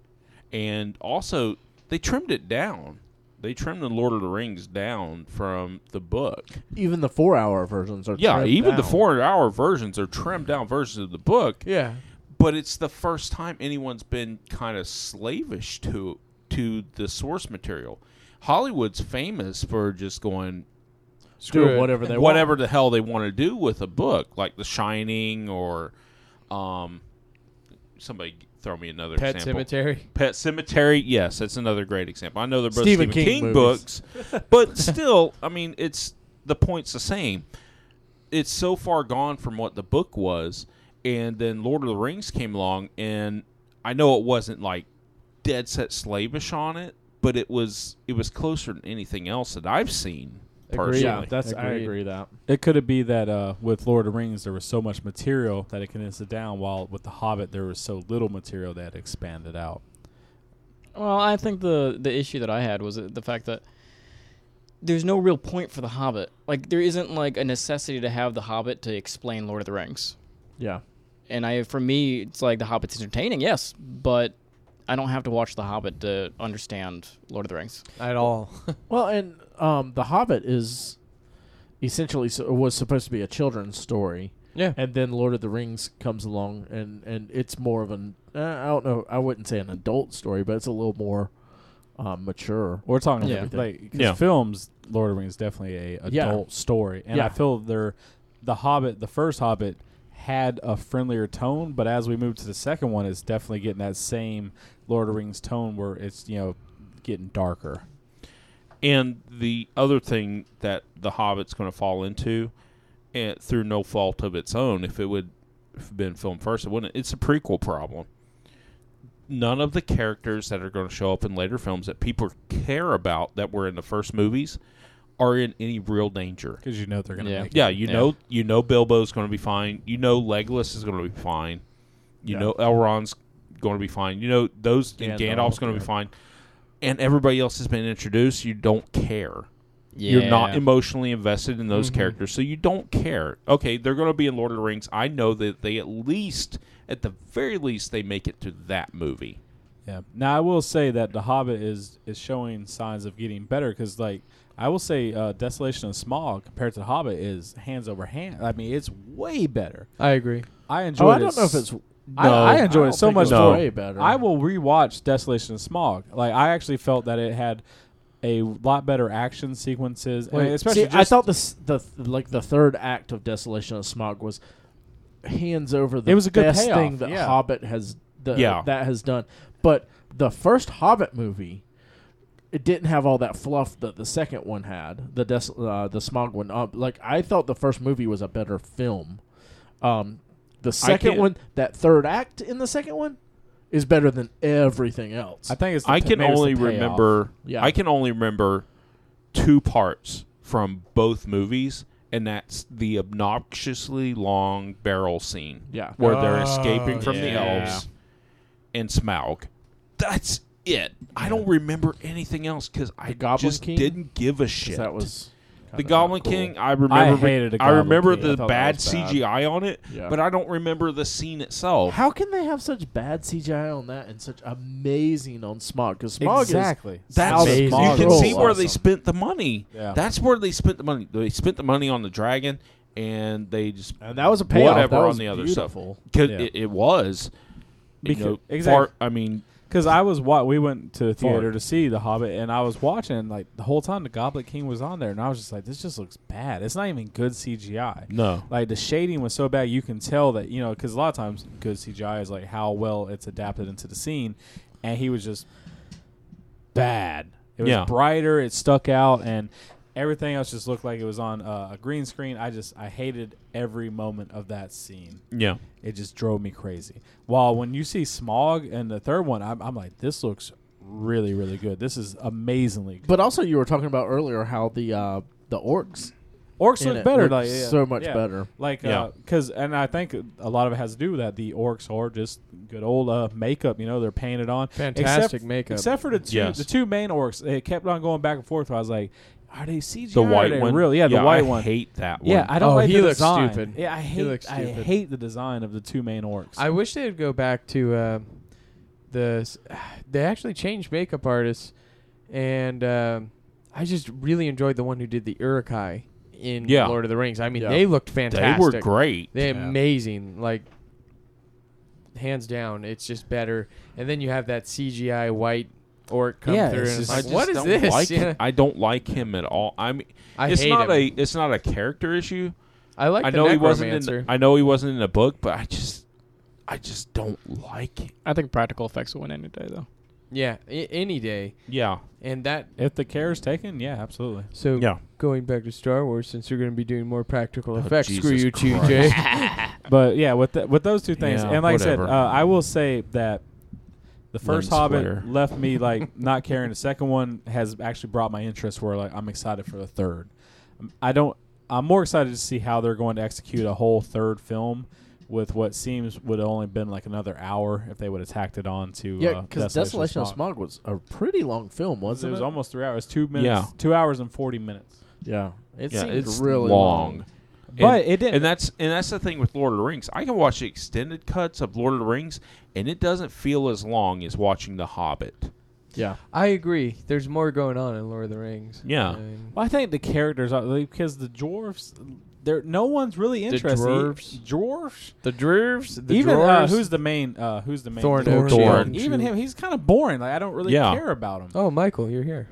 And also they trimmed it down. They trimmed the Lord of the Rings down from the book.
Even the four hour versions are
Yeah,
trimmed
even the
down.
400-hour versions are trimmed down versions of the book.
Yeah,
but it's the first time anyone's been kind of slavish to to the source material. Hollywood's famous for just going
screw
do
it.
whatever they want.
whatever the hell they want to do with a book, like The Shining or um, somebody throw me another
Pet
example.
Cemetery.
Pet Cemetery, yes, that's another great example. I know they're both Stephen,
Stephen
King,
King
books,
movies.
but still, I mean, it's the point's the same. It's so far gone from what the book was, and then Lord of the Rings came along, and I know it wasn't like dead set slavish on it, but it was it was closer than anything else that I've seen
Agreed.
personally.
Yeah,
that's- I Agreed. agree
that.
it could it be that uh with lord of the rings there was so much material that it condensed it down while with the hobbit there was so little material that expanded out
Well, I think the the issue that I had was the fact that there's no real point for the Hobbit. Like there isn't like a necessity to have the Hobbit to explain Lord of the Rings.
Yeah.
And I, for me, it's like the Hobbit's entertaining, yes, but I don't have to watch the Hobbit to understand Lord of the Rings.
at all.
Well, and um, The Hobbit is essentially so, was supposed to be a children's story,
yeah,
and then Lord of the Rings comes along, and and it's more of an uh, I don't know I wouldn't say an adult story, but it's a little more um, mature.
We're talking
Yeah.
like 'cause
Yeah.
films. Lord of the Rings is definitely a adult
Yeah.
story, and I
Yeah.
feel they're the Hobbit, the first Hobbit had a friendlier tone, but as we move to the second one, it's definitely getting that same Lord of the Rings tone where it's you know getting darker.
And the other thing that the Hobbit's going to fall into, and through no fault of its own, if it would have been filmed first, it wouldn't. It's a prequel problem. None of the characters that are going to show up in later films that people care about that were in the first movies are in any real danger.
Because you know they're gonna
Yeah.
make it.
Yeah, you
Yeah.
know, you know, Bilbo's going to be fine. You know, Legolas is going to be fine. You
Yeah.
know, Elrond's going to be fine. You know, those and
Gandalf,
Gandalf's going to be
yeah.
fine. And everybody else has been introduced. You don't care. You're not emotionally invested in
Mm-hmm.
those characters, so you don't care. Okay, they're going to be in Lord of the Rings. I know that they at least, at the very least, they make it to that movie.
Yeah. Now I will say that The Hobbit is is showing signs of getting better because like I will say uh, Desolation of Smog compared to The Hobbit is hands over hand. I mean it's way better.
I agree.
I enjoy.
Oh, I don't know if it's
I, I
I
enjoy it
don't
so
think
much
it's No.
more.
way better.
I will rewatch Desolation of Smog. Like I actually felt that it had a lot better action sequences, and
Wait,
especially
See,
just,
I thought this the like the third act of Desolation of Smog was hands over the
It was a good
best
payoff,
thing that
yeah.
Hobbit has the,
Yeah.
that has done. But the first Hobbit movie it didn't have all that fluff that the second one had. The Des- uh, the smog one. Uh, like I thought the first movie was a better film. Um, the second
can't-
one, that third act in the second one, is better than everything else.
I think it's. The
I
t-
can
maybe it's the
only
payoff.
remember.
Yeah.
I can only remember two parts from both movies, and that's the obnoxiously long barrel scene.
Yeah.
where they're escaping from the
yeah.
elves and Smaug. That's it. I don't remember anything else because I
Goblin
just
King?
didn't give a shit.
that was
the
kinda
Goblin
cool.
King. I remember.
hated the
I
Goblin
remember
King. I
the
thought that
bad
was bad.
CGI on it,
Yeah.
but I don't remember the scene itself.
How can they have such bad CGI on that and such amazing on smog? Because smog
exactly.
is
That's
how
you
smog
can
rolls.
see where they
Oh, awesome.
spent the money.
Yeah.
That's where they spent the money. They spent the money on the dragon, and they just
And that was a payoff.
whatever
That
on
was
the other
beautiful.
stuff. 'Cause
Yeah.
It, it was. You
Becau-
know,
exact-
far- I mean,
Because I was what we went to the theater
Fart.
to see The Hobbit, and I was watching like the whole time the Goblet King was on there, and I was just like, this just looks bad. It's not even good CGI.
No.
like the shading was so bad, you can tell that you know because a lot of times good CGI is like how well it's adapted into the scene, and he was just bad. It was
Yeah.
brighter, it stuck out, and everything else just looked like it was on uh, a green screen. I just I hated every moment of that scene
yeah.
it just drove me crazy. While when you see smog and the third one, I'm, I'm like, this looks really, really good. This is amazingly good.
But also, you were talking about earlier how the uh, the orcs
Orcs
And
look
it
better,
looked
like, yeah,
so much
yeah.
better.
Like,
Yeah.
because and I think a lot of it has to do with that. The orcs are just good old uh, makeup. You know, they're painted on
Fantastic
Except-
makeup.
Except for the two,
Yes.
the two main orcs, they kept on going back and forth. I was like, are they CGI?
The
or are
white
they
one,
Real? Yeah, the
I
white one.
hate that one.
yeah, I don't
Oh,
like
he
the
looks
design.
stupid.
Yeah, I
He
hate.
looks
I
stupid.
hate the design of the two main orcs.
I wish they'd go back to uh, the. s- They actually changed makeup artists, and um I just really enjoyed the one who did the Urukai in
Yeah.
Lord of the Rings. I mean,
Yeah.
they looked
they
fantastic.
were great.
They're
Yeah.
amazing. Like hands down, it's just better. And then you have that CGI white orc come
Yeah,
through,
it's
and it's
just- I
like,
just
what is
don't
this?
Like
Yeah.
him. I don't like him at all. I mean,
I
it's
hate
not
him.
a it's not a character issue.
I like.
I
the
know he wasn't in.
necromancer.
The, I know he wasn't in the book, but I just I just don't like him.
I think practical effects will win any day, though.
yeah, I- any day,
Yeah,
and that.
if the care is taken, yeah, absolutely.
So
yeah.
going back to Star Wars, since you're going to be doing more practical
Oh,
effects,
Jesus
screw you too,
Christ.
Jay.
But yeah, with th with those two things,
Yeah,
and like I
whatever.
said, uh, I will say that the first
Lens
Hobbit
flare.
left me like not caring. The second one has actually brought my interest where like I'm excited for the third. Um, I don't. I'm more excited to see how they're going to execute a whole third film with what seems would have only been like another hour if they would have tacked it on to
Yeah,
uh,
because
Desolation,
Desolation of Smog was a pretty long film,
It
wasn't it?
was almost three hours, two minutes,
Yeah.
two hours and forty minutes.
yeah, it
Yeah,
seemed
it's
really
long.
long.
But it didn't.
And that's and that's the thing with Lord of the Rings. I can watch the extended cuts of Lord of the Rings, and it doesn't feel as long as watching The Hobbit.
Yeah,
I agree. There's more going on in Lord of the Rings.
Yeah.
I mean,
Well, I think the characters are because the dwarves, there no one's really interested.
dwarves?
dwarves,
the Druves, the
even uh,
dwarves-
who's the main, uh, who's the main
Thorin
dwarf?
Oakeshield.
Thorin.
Even him, he's kind of boring. Like I don't really
Yeah.
care about him.
Oh, Michael, you're here.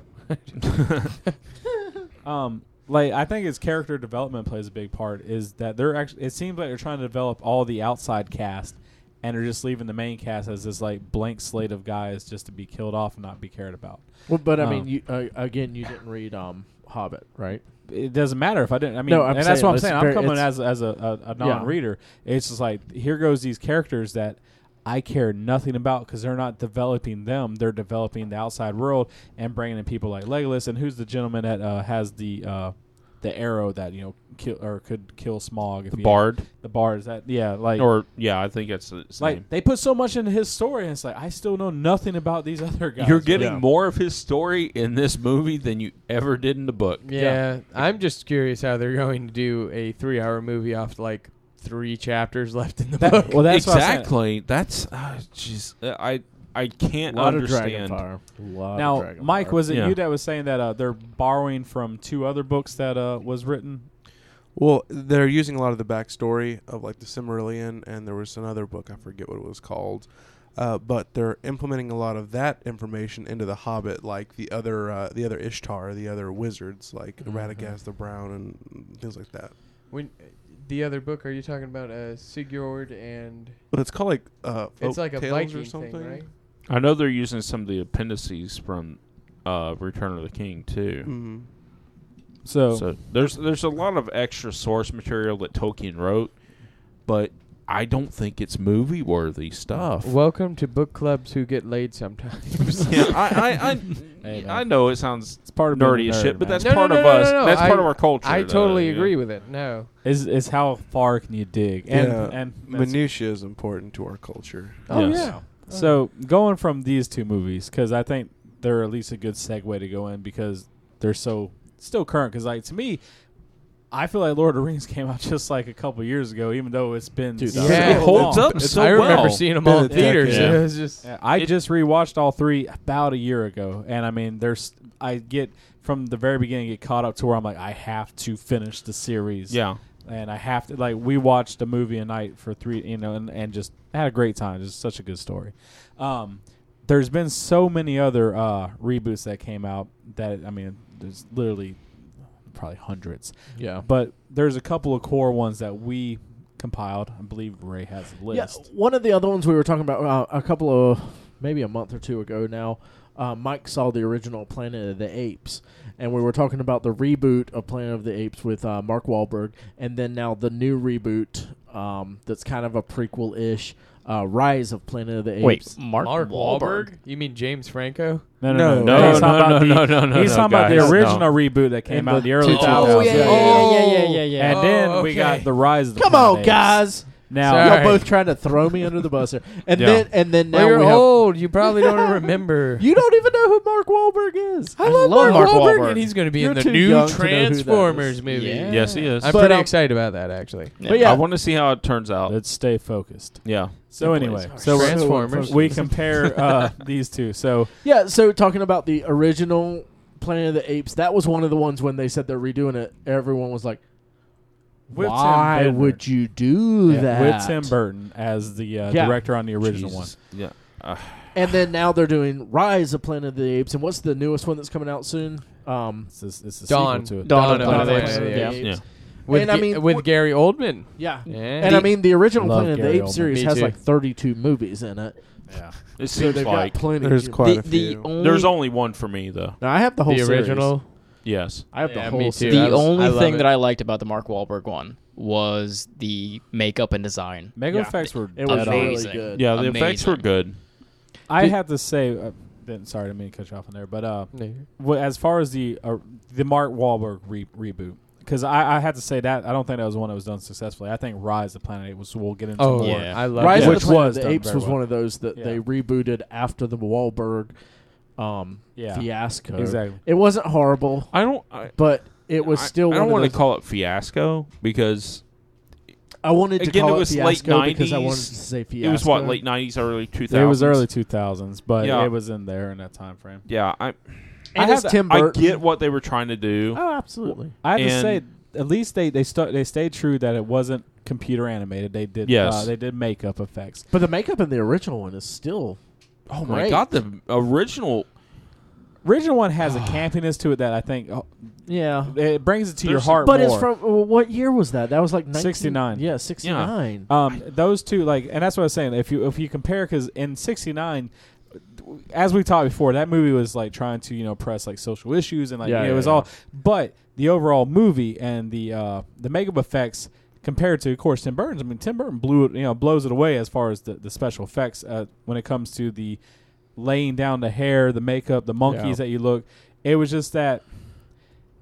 Um, like I think his character development plays a big part. Is that they're actually? It seems like they're trying to develop all the outside cast, and are just leaving the main cast as this like blank slate of guys just to be killed off and not be cared about.
well, but I
No.
mean, you, uh, again, you didn't read um, Hobbit, right?
it doesn't matter if I didn't. I mean,
No, I'm
and that's
saying,
what I'm
it's
saying.
very-
I'm coming
it's-
as as a, a, a non-reader. It's just like here goes these characters that I care nothing about because they're not developing them. They're developing the outside world and bringing in people like Legolas. And who's the gentleman that uh, has the uh, the arrow that you know kill or could kill Smog? If
The
he-
Bard,
the bard is that yeah, like
or yeah, I think that's the
like
same.
they put so much into his story, and it's like I still know nothing about these other guys.
You're getting
Yeah.
more of his story in this movie than you ever did in the book.
Yeah, I'm just curious how they're going to do a three-hour movie off like three chapters left in the book.
That- well, that's what I'm saying.
exactly. That's ah, jeez, Uh, I I can't understand.
Dragonfire. Lot
now,
of Dragonfire.
Mike, was it
Yeah.
you that was saying that uh, they're borrowing from two other books that uh, was written?
Well, they're using a lot of the backstory of like the Cimmerillion, and there was another book I forget what it was called, uh, but they're implementing a lot of that information into the Hobbit, like the other uh, the other Ishtar, the other wizards, like
Mm-hmm.
Radagast the Brown, and things like that.
when the other book, are you talking about uh, Sigurd and
But it's called like uh,
it's like a
Folktales
Viking
or something.
thing, right?
I know they're using some of the appendices from uh, Return of the King too.
Mm-hmm.
So,
So there's there's a lot of extra source material that Tolkien wrote, but I don't think it's movie worthy stuff.
Welcome to book clubs who get laid sometimes.
yeah, I I,
Hey,
I,
man.
I know it sounds
it's part of being
nerdy
a
as
nerd,
shit, but
man.
that's part of us. That's
I-
part of our culture,
I
though,
totally
yeah.
agree with it. No,
is is how far can you dig? And
Yeah.
and that's-
Minutia is important to our culture.
Oh,
Yes.
yeah.
So going from these two movies, because I think they're at least a good segue to go in because they're so still current. Because like to me, I feel like Lord of the Rings came out just like a couple years ago, even though it's been
Dude,
so
yeah, it
long.
holds up
It's-
so
I remember
well.
seeing them
Been
all
a
in theaters.
decade.
It was just
Yeah, I
It-
just rewatched all three about a year ago, and I mean, there's I get from the very beginning get caught up to where I'm like, I have to finish the series.
yeah,
and I have to like we watched a movie a night for three, you know, and, and just had a great time. Just such a good story. Um, there's been so many other uh, reboots that came out that I mean, there's literally probably hundreds,
yeah.
but there's a couple of core ones that we compiled. I believe Ray has a
Yeah,
list.
one of the other ones we were talking about uh, a couple of maybe a month or two ago now. Uh, Mike saw the original Planet of the Apes, and we were talking about the reboot of Planet of the Apes with uh, Mark Wahlberg, and then now the new reboot um, that's kind of a prequel ish, uh, Rise of Planet of the Apes.
Wait, Mark,
Mark
Wahlberg?
Wahlberg? You mean James Franco?
No,
no, no, no,
He's talking about
no,
the-
no, no,
He's
no,
talking about the
guys, no.
original reboot that came
In
out in
the
the early
2000s.
2000s.
Oh, yeah, yeah, yeah, yeah, yeah, yeah. yeah.
And then
Oh,
we
okay.
got the rise of the
Come
Planet
on,
Apes.
guys!
Now,
Sorry.
Y'all both trying to throw me under the bus here, and
Yeah.
then and then now
Well, you're
we have-
old. You probably don't remember.
you don't even know who Mark Wahlberg is.
I love,
love
Mark,
Mark
Wahlberg,
Wahlberg.
and he's going to be
You're
in the
too young
new
to know who that is.
Transformers movie.
Yeah.
yes, he is.
I'm
But um,
pretty
I'll-
excited about that actually.
But yeah,
I want to see how it turns out.
let's stay focused.
yeah,
So
Good
anyway,
place.
so we're-
Transformers.
we compare uh, these two. So
Yeah, so talking about the original Planet of the Apes, that was one of the ones when they said they're redoing it. Everyone was like,
with
"Why
Tim Burton-
would you do
yeah,
that?"
with Tim Burton as the uh,
Yeah.
director on the original
Jesus. Yeah,
And then now they're doing Rise of Planet of the Apes, and what's the newest one that's coming out soon? Um,
one? It's, it's a
Dawn.
sequel to it.
Dawn
Dawn of
of
the
Planet of the
Apes.
Apes.
yeah.
With,
And I
Ga-
mean,
with
what-
Gary Oldman.
yeah.
Yeah.
And I mean, the original
Love
Planet of
Gary
the Apes
Oldman.
series
Me
has
too.
like 32 movies in it,
Yeah.
It
so
seems
they've
like
got plenty.
There's
to-
quite
The,
a
the
few.
only
there's only one for me though.
Now, I have the whole
the
series.
original.
Yes,
I have the
Yeah,
whole
me too.
series.
I
the
was- I
only
love
thing
it.
that I liked about the Mark Wahlberg one was the makeup and design.
Mega
Yeah.
effects were
It was
dead
really
on.
amazing.
good.
yeah. The effects were
Amazing.
good.
I
Did-
have to say, uh, didn't- sorry, I didn't mean to cut you off in there, but uh,
No.
well, as far as the uh, the Mark Wahlberg re- reboot, because I, I had to say that I don't think that was one that was done successfully. I think Rise of the Planet Apes was we'll get into
Oh,
more.
Yeah.
I love
Rise
it.
of
Which
the Planet
was
of the
done
Apes
very
was
well.
one of those that
Yeah.
they rebooted after the Wahlberg um,
Yeah.
fiasco.
Exactly.
It wasn't horrible,
I don't. I,
but it was
I-
still.
I don't
want
want to call it fiasco because
I wanted to
again,
call
it was late
fiasco because I
90s.
wanted to say fiasco.
it was what late '90s, early 2000s.
It was early 2000s, but
Yeah.
it was in there in that time frame.
Yeah, I.
And
I
it's
have-
Tim
I
Burton.
get what they were trying to do.
Oh, absolutely.
I have to
And-
say, at least they they stu- they stayed true that it wasn't computer animated. They did
Yes.
uh, they did makeup effects.
But the makeup in the original one is still.
Oh
Great.
my god, the original.
Original one has a campiness to it that I think oh,
Yeah.
it brings it to your
There's-
heart.
But it's
more.
from well, what year was that? That was like 19,
69.
Yeah, sixty nine.
um those two like, and that's what I was saying. If you if you compare, because in '69. As we talked before, that movie was like trying to you know press like social issues and like
Yeah,
you know,
yeah,
it was
yeah.
all, but the overall movie and the uh, the makeup effects compared to of course Tim Burton's. I mean Tim Burton blew it you know blows it away as far as the, the special effects uh, when it comes to the laying down the hair, the makeup, the monkeys that you look. It was just that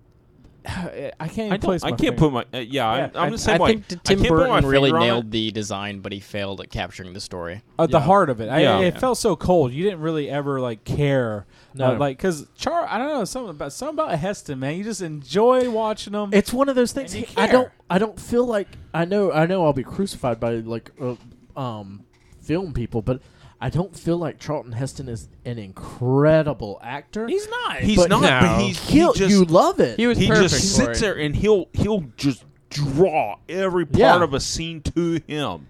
I can't. Even
I
place
don't. I
my
can't
finger.
put my. Uh, yeah, I'm,
Yeah,
I'm
I-
the
I
same way.
think t- Tim
I can't put my
Burton really
finger on it.
nailed the design, but he failed at capturing the story.
at Uh, the
Yeah.
heart of it. I,
Yeah.
It felt so cold. You didn't really ever like care.
No.
Uh, like because Char, I don't know something about something about Heston, man. You just enjoy watching them.
It's one of those things.
And you
he- I
care.
don't. I don't feel like I know. I know I'll be crucified by like uh, um, film people, but I don't feel like Charlton Heston is an incredible actor.
he's not.
He's
but
not.
now-
But he's, he
He'll-
just
you love it.
He was
he
perfect
just
for
sits
it.
there and he'll he'll just draw every part
Yeah.
of a scene to him.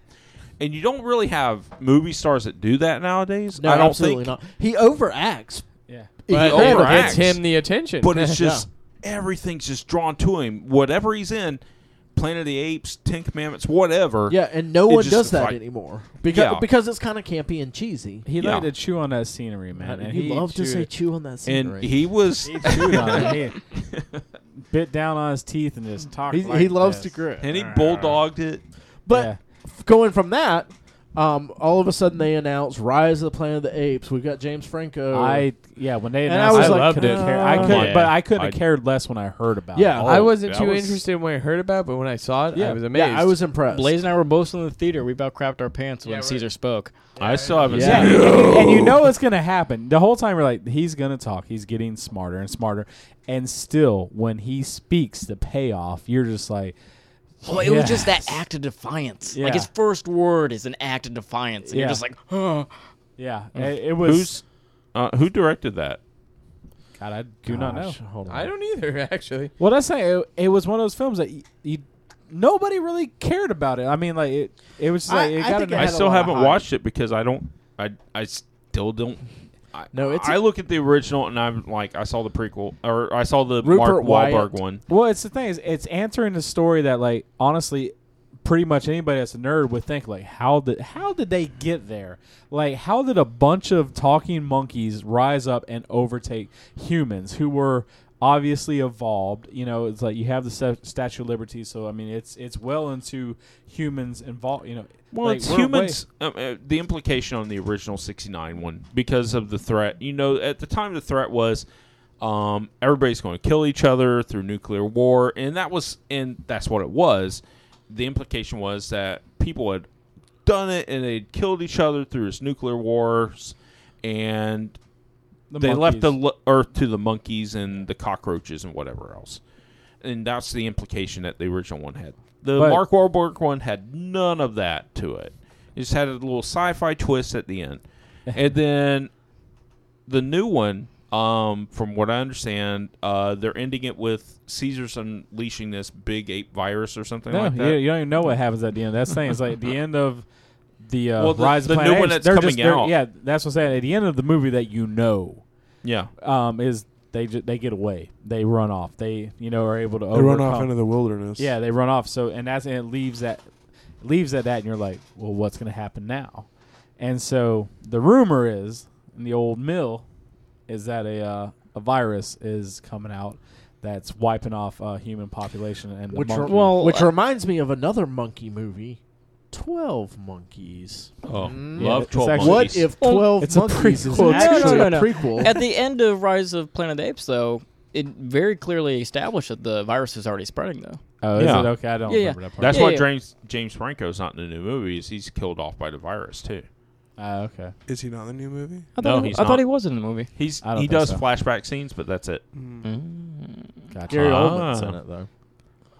And you don't really have movie stars that do that nowadays.
no,
I don't
absolutely
think,
not. He overacts.
yeah.
But
He
it
overacts.
gets him the attention.
But it's just everything's just drawn to him. Whatever he's in, Planet of the Apes, Ten Commandments, whatever.
Yeah, and no
It
one
just
does that
like-
anymore because
Yeah.
because it's kind of campy and cheesy.
He
Yeah.
liked to chew on that scenery, man. and
he, loved to
chewed
say
it.
chew on that scenery.
And he was
He chewed on it. He bit down on his teeth and just talked.
He,
like
he loves
this.
to grit.
and he bulldogged it.
But
Yeah.
f- going from that, um, all of a sudden they announce Rise of the Planet of the Apes. We've got James Franco.
I yeah, when they
And I
announced,
was
I,
like,
loved it.
"Come
I
on."
could, but
Yeah.
I couldn't have
I-
cared less when I heard about.
Yeah.
it.
Oh,
I wasn't
that
too
was-
interested when I heard about, it, but when I saw it,
Yeah.
I was amazed.
yeah, I was impressed.
Blaze and I were both in the theater. We about crapped our pants
Yeah,
when
right.
Caesar spoke.
I still haven't
Yeah,
seen it.
and, and you know it's gonna happen. The whole time you're like, he's gonna talk. He's getting smarter and smarter, and still, when he speaks, the payoff, you're just like,
Well, it was just that act of defiance. Like his
Yeah.
first word is an act of defiance, and you're
Yeah.
just like, huh.
yeah,
Mm.
it, it was.
Who's uh, who directed that?
God, I do not know.
Gosh, Hold on.
I don't either, actually.
Well, that's saying it, it was one of those films that you, you nobody really cared about it. I mean, like it, it was just
I-
like it
I
got
think
an-
it
I
had a
still
lot of
haven't
hype.
watched it because I don't. I I still don't. I,
No, it's
I
a-
look at the original and I'm like, I saw the prequel or I saw the
Rupert
Mark Wahlberg
Wyatt.
one.
Well, it's the thing is, it's answering the story that like honestly, pretty much anybody that's a nerd would think like, how did how did they get there? Like, how did a bunch of talking monkeys rise up and overtake humans who were obviously evolved? You know, it's like you have the sta- Statue of Liberty, so I mean, it's it's well into humans involved. You know,
Well,
like,
it's
we're way-
humans. um, uh, the implication on the original '69 one because of the threat. You know, at the time the threat was, um, everybody's going to kill each other through nuclear war, and that was, and that's what it was. The implication was that people had done it and they'd killed each other through this nuclear wars, and
the
they left
monkeys.
the l- earth to the monkeys and the cockroaches and whatever else. And that's the implication that the original one had. The
But-
Mark Wahlberg one had none of that to it. It just had a little sci-fi twist at the end. and then the new one, um, from what I understand, uh, they're ending it with Caesar's unleashing this big ape virus or something
No,
like
you,
that.
you don't even know what happens at the end. That's the thing. It's like the end of the uh,
Well, the-
Rise of
the
Planet
new one
Apes,
that's
they're
coming
just, they're-
out.
Yeah, that's what I'm saying. At the end of the movie that you know
Yeah.
um, is they ju- they get away. They run off. They you know are able to
They run off
overcome-
into the wilderness.
yeah, they run off. So and that's and it leaves that leaves at that, and you're like, well, what's going to happen now? And so the rumor is in the old mill is that a uh, a virus is coming out that's wiping off uh, human population and the
Which,
monkey.
well, which reminds me of another monkey movie, Twelve Monkeys.
Oh,
Yeah,
love
it's
twelve
actually-
Mm. What
monkeys.
if Twelve
it's a
Monkeys is
prequel. No, no,
actually
no, no.
a prequel?
At the end of Rise of Planet of the Apes, though, it very clearly established that the virus is already spreading, though.
oh, is
Yeah.
it okay? I don't
Yeah, yeah.
remember that part.
That's
Yeah,
why
yeah.
James James Franco's not in the new movies. He's killed off by the virus too.
Ah, okay.
Is he not in the new movie?
No,
I thought, he-
he's
I
not.
thought he was in the movie.
He's
I don't
he
think
does
so.
flashback scenes, but that's it.
Mm.
Mm.
Gotcha.
Gary
Ah.
Oldman's in it though.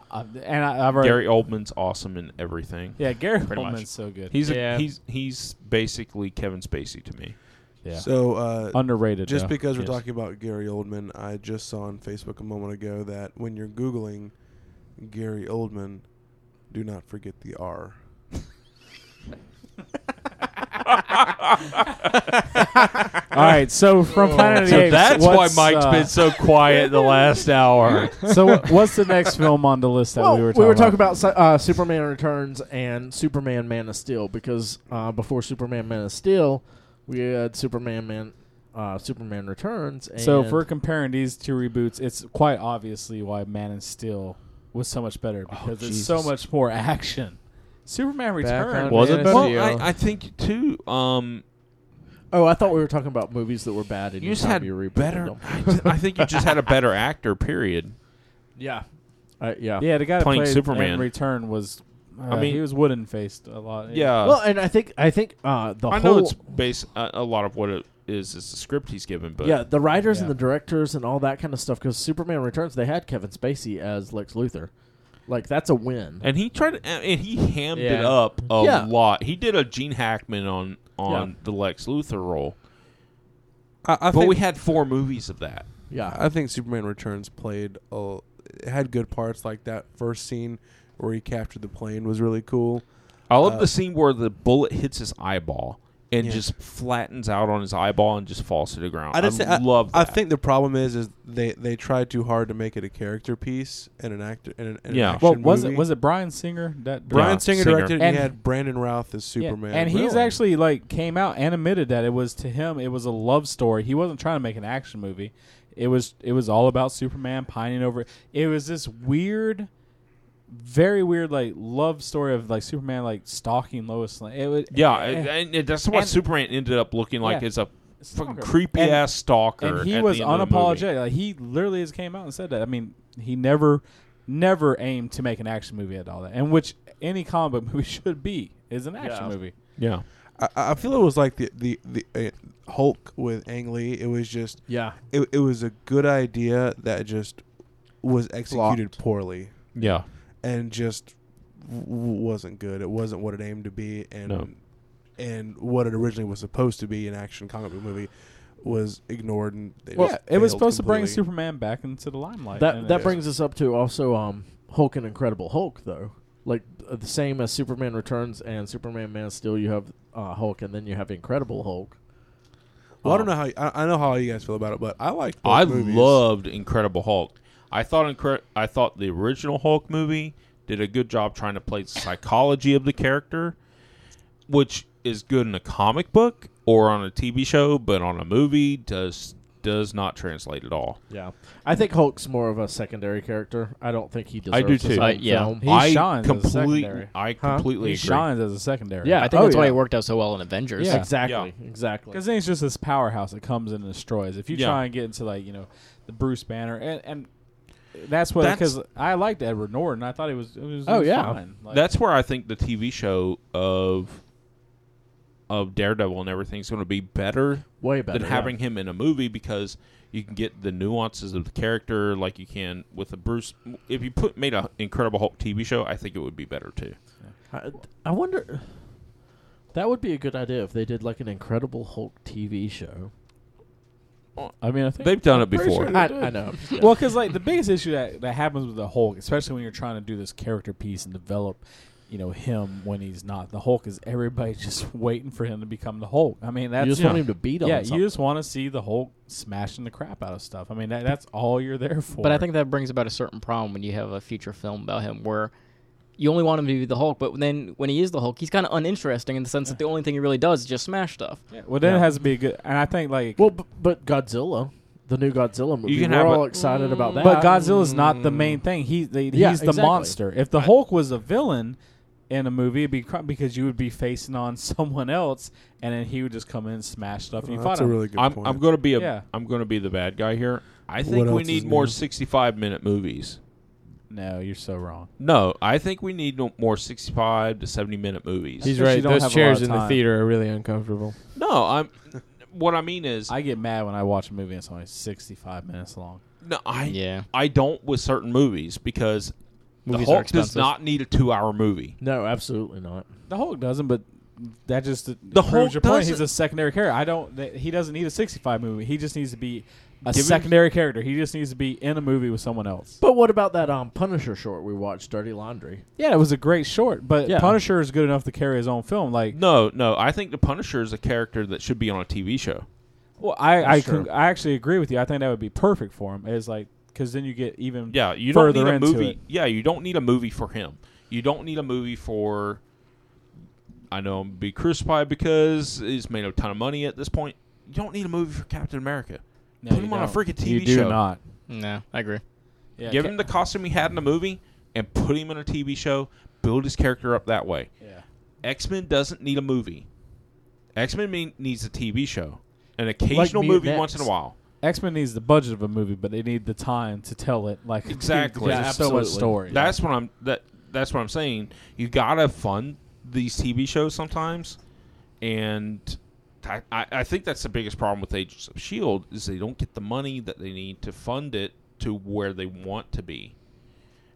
Uh, and I, I've already,
Gary Oldman's awesome in everything.
yeah, Gary
Pretty
Oldman's
much.
so good.
He's
Yeah.
a, he's he's basically Kevin Spacey to me.
yeah,
So uh,
underrated.
just
though.
because we're
yes.
talking about Gary Oldman, I just saw on Facebook a moment ago that when you're googling Gary Oldman, do not forget the R.
All right, so from Planet of the
So
Apes,
that's why
what's,
Mike's
uh,
been so quiet the last hour.
so what- what's the next film on the list that
well,
we were talking about?
about, uh, Superman Returns and Superman Man of Steel because uh, before Superman Man of Steel, we had Superman Man, uh, Superman Returns. And
so if we're comparing these two reboots, it's quite obviously why Man of Steel was so much better because there's so
Oh, Jesus.
much more action. Superman
Back
Returns.
on Was it Man of better?
Well,
Steel.
I, I think too. Um,
oh, I thought we were talking about movies that were bad and
you just
anytime
had
you rebooted
better.
them.
I think you just had a better actor. Period.
yeah, Uh, yeah,
Yeah, the guy that
Playing
played
Superman.
in Return was. I
mean-
mean, he was wooden faced a lot.
Yeah.
Well, and I think I think uh, the
I
whole
know it's based a, a lot of what it is is the script he's given, but
yeah the writers
Yeah.
and the directors and all that kind of stuff because Superman Returns they had Kevin Spacey as Lex Luthor, like that's a win.
and he tried to, and he hammed it
Yeah.
up a
Yeah.
lot. He did a Gene Hackman on on
Yeah.
the Lex Luthor role,
I, I
but
think
we had four movies of that.
yeah,
I think Superman Returns played a, it had good parts like that first scene where he captured the plane was really cool.
I love
Uh,
the scene where the bullet hits his eyeball and
Yeah.
just flattens out on his eyeball and just falls to the ground.
I, just, I
love that.
I think the problem is, is they they try too hard to make it a character piece and an actor and an, and an
Yeah.
action
Well, was
movie.
it was it Brian Singer that
Brian
Yeah,
Singer,
Singer.
directed, it, and
And-
he had Brandon Routh as
Yeah,
Superman,
And he's
Really?
actually like came out and admitted that it was to him it was a love story. He wasn't trying to make an action movie. It was it was all about Superman pining over it was this weird very weird like love story of like Superman like stalking Lois Lane. It was eh,
yeah,
and-
and, and that's what
and-
Superman ended up looking like
Yeah.
is a fucking
Stalker.
creepy
And-
ass stalker.
and he
at
was
the end of the movie.
unapologetic. Like he literally just came out and said that. I mean, he never never aimed to make an action movie at all that. And which any comic book movie should be is an action
Yeah.
movie.
Yeah,
I, I feel it was like the the the uh, Hulk with Ang Lee. It was just
Yeah.
it, it was a good idea that just was executed poorly
yeah.
and just w- wasn't good. It wasn't what it aimed to be, and
No.
and what it originally was supposed to be an action comic book movie was ignored. And they
Well,
just
it
failed
was supposed to bring
completely.
Superman back into the limelight.
That
and
that
it-
brings us up to also um, Hulk and Incredible Hulk though. Like uh, the same as Superman Returns and Superman Man of Steel, you have uh, Hulk, and then you have Incredible Hulk.
Well, I
Oh.
don't know how I, I know how you guys feel about it, but I liked. Both
I
movies.
loved Incredible Hulk. I thought Incre- I thought the original Hulk movie did a good job trying to play the psychology of the character, which is good in a comic book or on a TV show, but on a movie does does not translate at all.
Yeah, I think Hulk's more of a secondary character. I don't think he deserves.
I do
his
too.
own
Uh, yeah.
film.
He
I
shines as a
complete-
secondary.
I
Huh?
completely
he
agree.
shines as a secondary.
Yeah.
I think
Oh,
that's why
yeah.
he worked out so well in Avengers.
Yeah.
Exactly, exactly.
Because then he's just this powerhouse that comes in and destroys. If you
Yeah.
try and get into like you know the Bruce Banner and and that's what
That's-
because I liked Edward Norton. I thought he was. It was
Oh,
he was
yeah.
fine. Like,
That's where I think the TV show of of Daredevil and everything's going to be better
Way better
than
yeah.
having him in a movie because you can get the nuances of the character like you can with a Bruce. If you put made a Incredible Hulk TV show, I think it would be better too.
I, I wonder. That would be a good idea if they did like an Incredible Hulk TV show.
I mean I think
They've done it
pretty
before.
sure
I,
they
I
did.
know.
Well, because like the biggest issue that, that happens with the Hulk, especially when you're trying to do this character piece and develop, you know, him when he's not the Hulk, is everybody's just waiting for him to become the Hulk. I mean, that's
you just
yeah,
want him to beat on something.
you just want to see the Hulk smashing the crap out of stuff. I mean, that, that's all you're there for.
But I think that brings about a certain problem when you have a feature film about him where you only want him to be the Hulk, but then when he is the Hulk, he's kind of uninteresting in the sense that the only thing he really does is just smash stuff.
Yeah, well, then
Yeah.
it has to be a good. And I think like,
Well, b- but Godzilla, the new Godzilla movie,
can
we're
have
all
a- Mm.
excited about that.
but Godzilla's not
Mm.
the main thing. He they,
Yeah,
he's the
exactly.
monster. If the Hulk was a villain. In a movie, it'd be cr- because you would be facing on someone else, and then he would just come in and smash stuff. And you
Well,
fought
Uh, that's a
him.
really good
I'm
point.
I'm going to be a
Yeah.
am going to be the bad guy here. I
What
think we
else is
need more
new?
65 minute movies.
no, you're so wrong.
No, I think we need no- more 65 to 70 minute movies.
He's
Especially
right.
you don't
Those
have a
chairs
lot of
in the
time.
theater are really uncomfortable.
No, I'm what I mean is
I get mad when I watch a movie and it's only 65 minutes long.
no, I
Yeah.
I don't with certain movies because
Movies
the
are
Hulk does
expensive.
not need a 2-hour movie.
No, absolutely not.
The Hulk doesn't, but that just
The
proves
Hulk
your point. He's
doesn't.
a secondary character. I don't. That, he doesn't need a 65 movie. He just needs to be a
Give him-
secondary character. He just needs to be in a movie with someone else.
But what about that um Punisher short we watched, Dirty Laundry?
Yeah, it was a great short, but
Yeah.
Punisher is good enough to carry his own film. Like,
No, no, I think the Punisher is a character that should be on a TV show.
well, I I,
That's true.
could, I actually agree with you. I think that would be perfect for him. Is like because then you get even
Yeah, you don't
further
need a
into
movie.
it.
Yeah, you don't need a movie for him. You don't need a movie for. I know I'm be crucified because he's made a ton of money at this point. You don't need a movie for Captain America.
No,
Put
you
him on a
don't.
freaking TV
You do
show.
not.
No, I agree.
Yeah,
Give
ca-
him the costume he had in the movie and put him in a TV show. Build his character up that way.
Yeah.
X Men doesn't need a movie. X Men mean, needs a TV show, an occasional
Mutant
movie
X.
once in a while.
X Men needs the budget of a movie, but they need the time to tell it. Like
Exactly.
there's
Yeah,
so much
absolutely.
story.
That's what I'm that that's what I'm saying. You gotta fund these TV shows sometimes, and I, I I think that's the biggest problem with Agents of Shield E is they don't get the money that they need to fund it to where they want to be,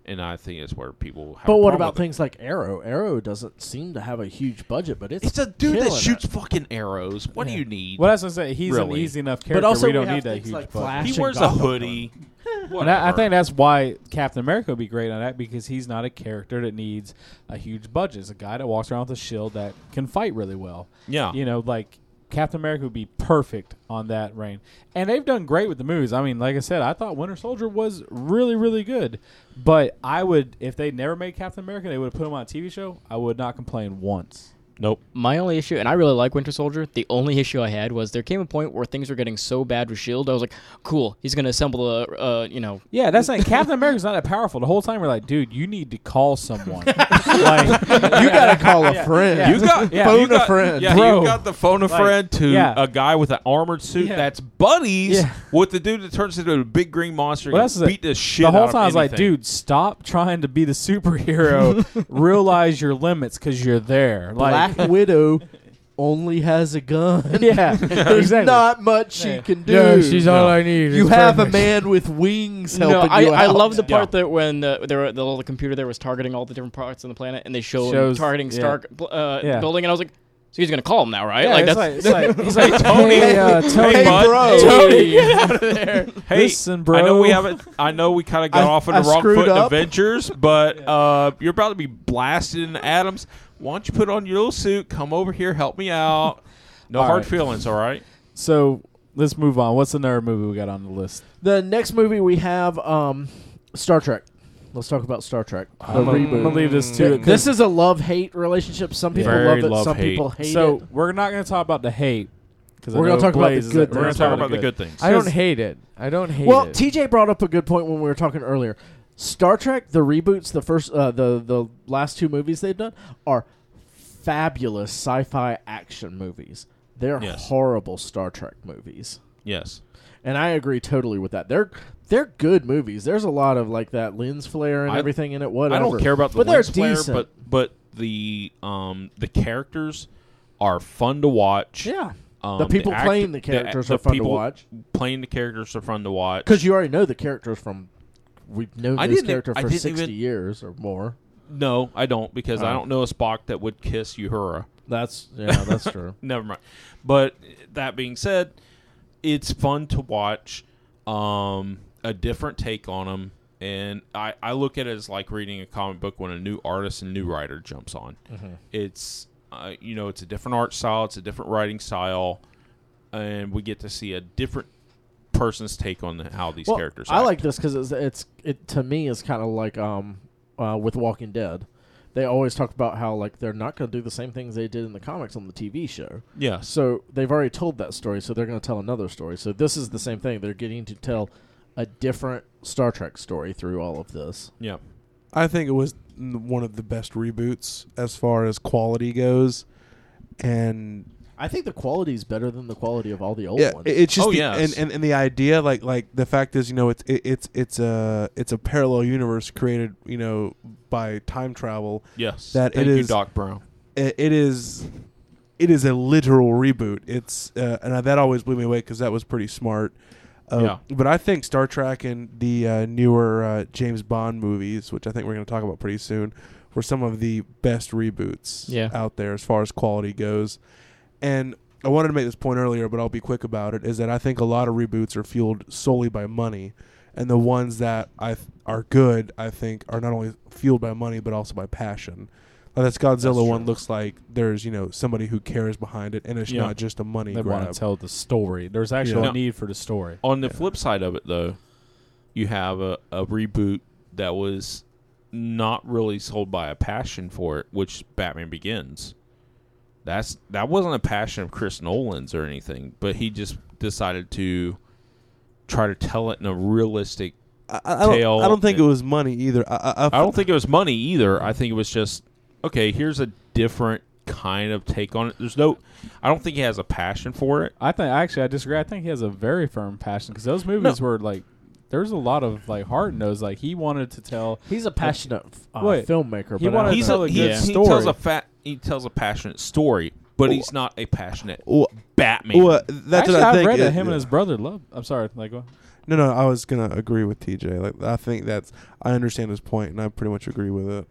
and I think it's where people. Have
But
a
what
problem
about
with it.
things like Arrow? Arrow doesn't seem to have a huge budget, but it's
It's a dude that
killing
shoots
it.
fucking arrows. What do
Yeah.
you need?
Well, that's what I'm saying. He's
Really.
an easy enough character.
But also
we don't
we have
need that
things
huge
like
budget.
Flash
he
and
wears a
Gotham.
hoodie.
And I, I think that's why Captain America would be great on that because he's not a character that needs a huge budget. It's a guy that walks around with a shield that can fight really well.
Yeah.
You know, like Captain America would be perfect on that reign. And they've done great with the movies. I mean, like I said, I thought Winter Soldier was really, really good. But I would, if they never made Captain America, they would have put him on a TV show. I would not complain once.
Nope.
My only issue, and I really like Winter Soldier. The only issue I had was there came a point where things were getting so bad with Shield. I was like, "Cool, he's gonna assemble a, uh, you know,
Yeah, that's like Captain America's not that powerful. The whole time we're like, dude, you need to call someone. like,
you gotta call a friend.
Yeah.
You got
Yeah.
you
Phone a
got-
friend.
Yeah,
Bro.
you got the phone a
Like,
friend to
yeah.
a guy with an armored suit
Yeah.
that's buddies
Yeah.
with the dude that turns into a big green monster
Well,
and
that's the-
beat the shit.
the whole
out of
time I was like,
anything.
dude, stop trying to be the superhero. Realize your limits because you're there. Like,
Black Widow only has a gun.
yeah,
There's
exactly.
not much she
Yeah.
can do.
No, she's all I need.
you
It's
have a
perfect.
man with wings helping
No, I,
you out.
I love the
Yeah.
part that when the, there were, the little computer there was targeting all the different parts on the planet, and they show him
Shows-
targeting
yeah.
Stark uh,
Yeah.
building, and I was like, "So he's gonna call him now, right?"
Yeah,
like
it's
that's
like, it's like, he's like,
Tony,
hey, uh, Tony,
hey, bud.
bro.
Tony,
hey,
listen, bro.
I know we haven't. I know we kind of got
I-
off on
I
the wrong
screwed
foot in
up.
adventures, but uh, you're about to be blasted in the atoms. Why don't you put on your little suit? Come over here, help me out. No
All
hard
right.
feelings, all right?
So let's move on. What's another movie we got on the list?
the next movie we have um, Star Trek. Let's talk about Star Trek. The
I'm gonna- I'm
reboot.
gonna leave this to it. 'cause-
This is a love hate relationship. Some people
Very
love it.
love
some
hate.
people hate
so
it.
we're not going to talk about the hate. 'cause I
We're gonna
know
talk about the
Blaze is-
good
we're gonna
things.
We're going to talk about the good things.
I don't
Because-
hate it. I don't hate
Well,
it.
TJ brought up a good point when we were talking earlier. Star Trek, the reboots, the first, uh, the the last two movies they've done are fabulous sci-fi action movies. They're
Yes.
horrible Star Trek movies,
Yes.
and I agree totally with that. They're they're good movies. There's a lot of like that lens flare and
I-
everything in it. Whatever.
I don't care about the
but
lens
they're
flare,
decent.
but but the um the characters are fun to watch.
yeah,
Um,
the people
act-
playing the characters
the
are fun
people
to watch
Playing the characters are fun to watch.
because you already know the characters from. We've known
I
this
didn't- e-
character
I
for
didn't
sixty
even-
years or more.
No, I don't because I
Oh.
don't know a Spock that would kiss Uhura.
That's yeah, that's true.
Never mind. But that being said, it's fun to watch um, a different take on them. And I, I look at it as like reading a comic book when a new artist and new writer jumps on.
Mm-hmm.
It's, uh, you know, it's a different art style, it's a different writing style, and we get to see a different person's take on the, how these
Well,
characters
I
act.
like this because it's, it's it to me is kind of like um uh, with Walking Dead. They always talk about how like they're not going to do the same things they did in the comics on the TV show.
Yes.
So they've already told that story, so they're going to tell another story. So this is the same thing. They're getting to tell a different Star Trek story through all of this.
Yeah.
I think it was n- one of the best reboots as far as quality goes, and
I think the quality is better than the quality of all the old
yeah,
ones.
it- it's just
Oh,
the,
yes.
and, and and the idea, like like the fact is, you know, it's it, it's it's a it's a parallel universe created, you know, by time travel.
Yes.
That it
Thank you,
is-
Doc Brown.
I- it is it is a literal reboot. It's uh, and that always blew me away because that was pretty smart. Uh, But I think Star Trek and the uh, newer uh, James Bond movies, which I think we're going to talk about pretty soon, were some of the best reboots
Yeah.
out there as far as quality goes. And I wanted to make this point earlier, but I'll be quick about it. Is that I think a lot of reboots are fueled solely by money, and the ones that I th- are good, I think, are not only fueled by money but also by passion. Now, this Oh, Godzilla
That's
one
true.
looks like there's you know somebody who cares behind it, and it's
Yeah.
not just a money
They want
grab.
to tell the story. There's actually
Yeah.
a need for the story.
On the flip side of it, though, you have a, a reboot that was not really sold by a passion for it, which Batman Begins. That's that wasn't a passion of Chris Nolan's or anything, but he just decided to try to tell it in a realistic.
I, I- I
Tail
don't, I don't think it
and-
was money either. I, I, I-
I don't think it was money either. I think it was just okay. Here's a different kind of take on it. There's no. I don't think he has a passion for it.
I think actually I disagree. I think he has a very firm passion because those movies were like there's a lot of like heart in those. Like he wanted to tell.
He's a passionate uh,
Wait,
filmmaker.
he
but I don't
wanted to
He's
know.
tell
a,
a good
he, he
story.
tells a fat. He tells a passionate story, but he's not a passionate
Well,
Batman.
well, that's
actually,
what I,
I've
think.
read
it-
that him and his brother love. I'm sorry, like what?
no, no, I was gonna agree with TJ. Like I think that's I understand his point, and I pretty much agree with it.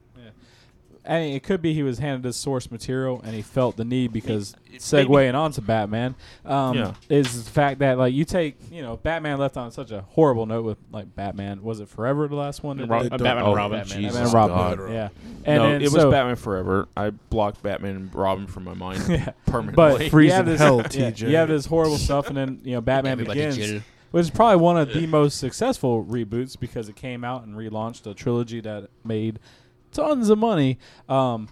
and it could be he was handed his source material and he felt the need because segueing onto Batman um,
Yeah.
is the fact that like you take you know Batman left on such a horrible note with like Batman was it Forever the last one that
Ro-
did-
Batman
Batman
oh,
Robin.
Jesus
uh, Batman and Robin
God.
yeah and,
And no,
and
it was
so-
Batman Forever. I blocked Batman and Robin from my mind
Yeah.
permanently.
but
Freeze
you have
in
this,
hell,
yeah,
TJ.
you have this horrible stuff and then you know Batman
Everybody
begins
chill.
which is probably one of the most successful reboots because it came out and relaunched a trilogy that made tons of money. Um,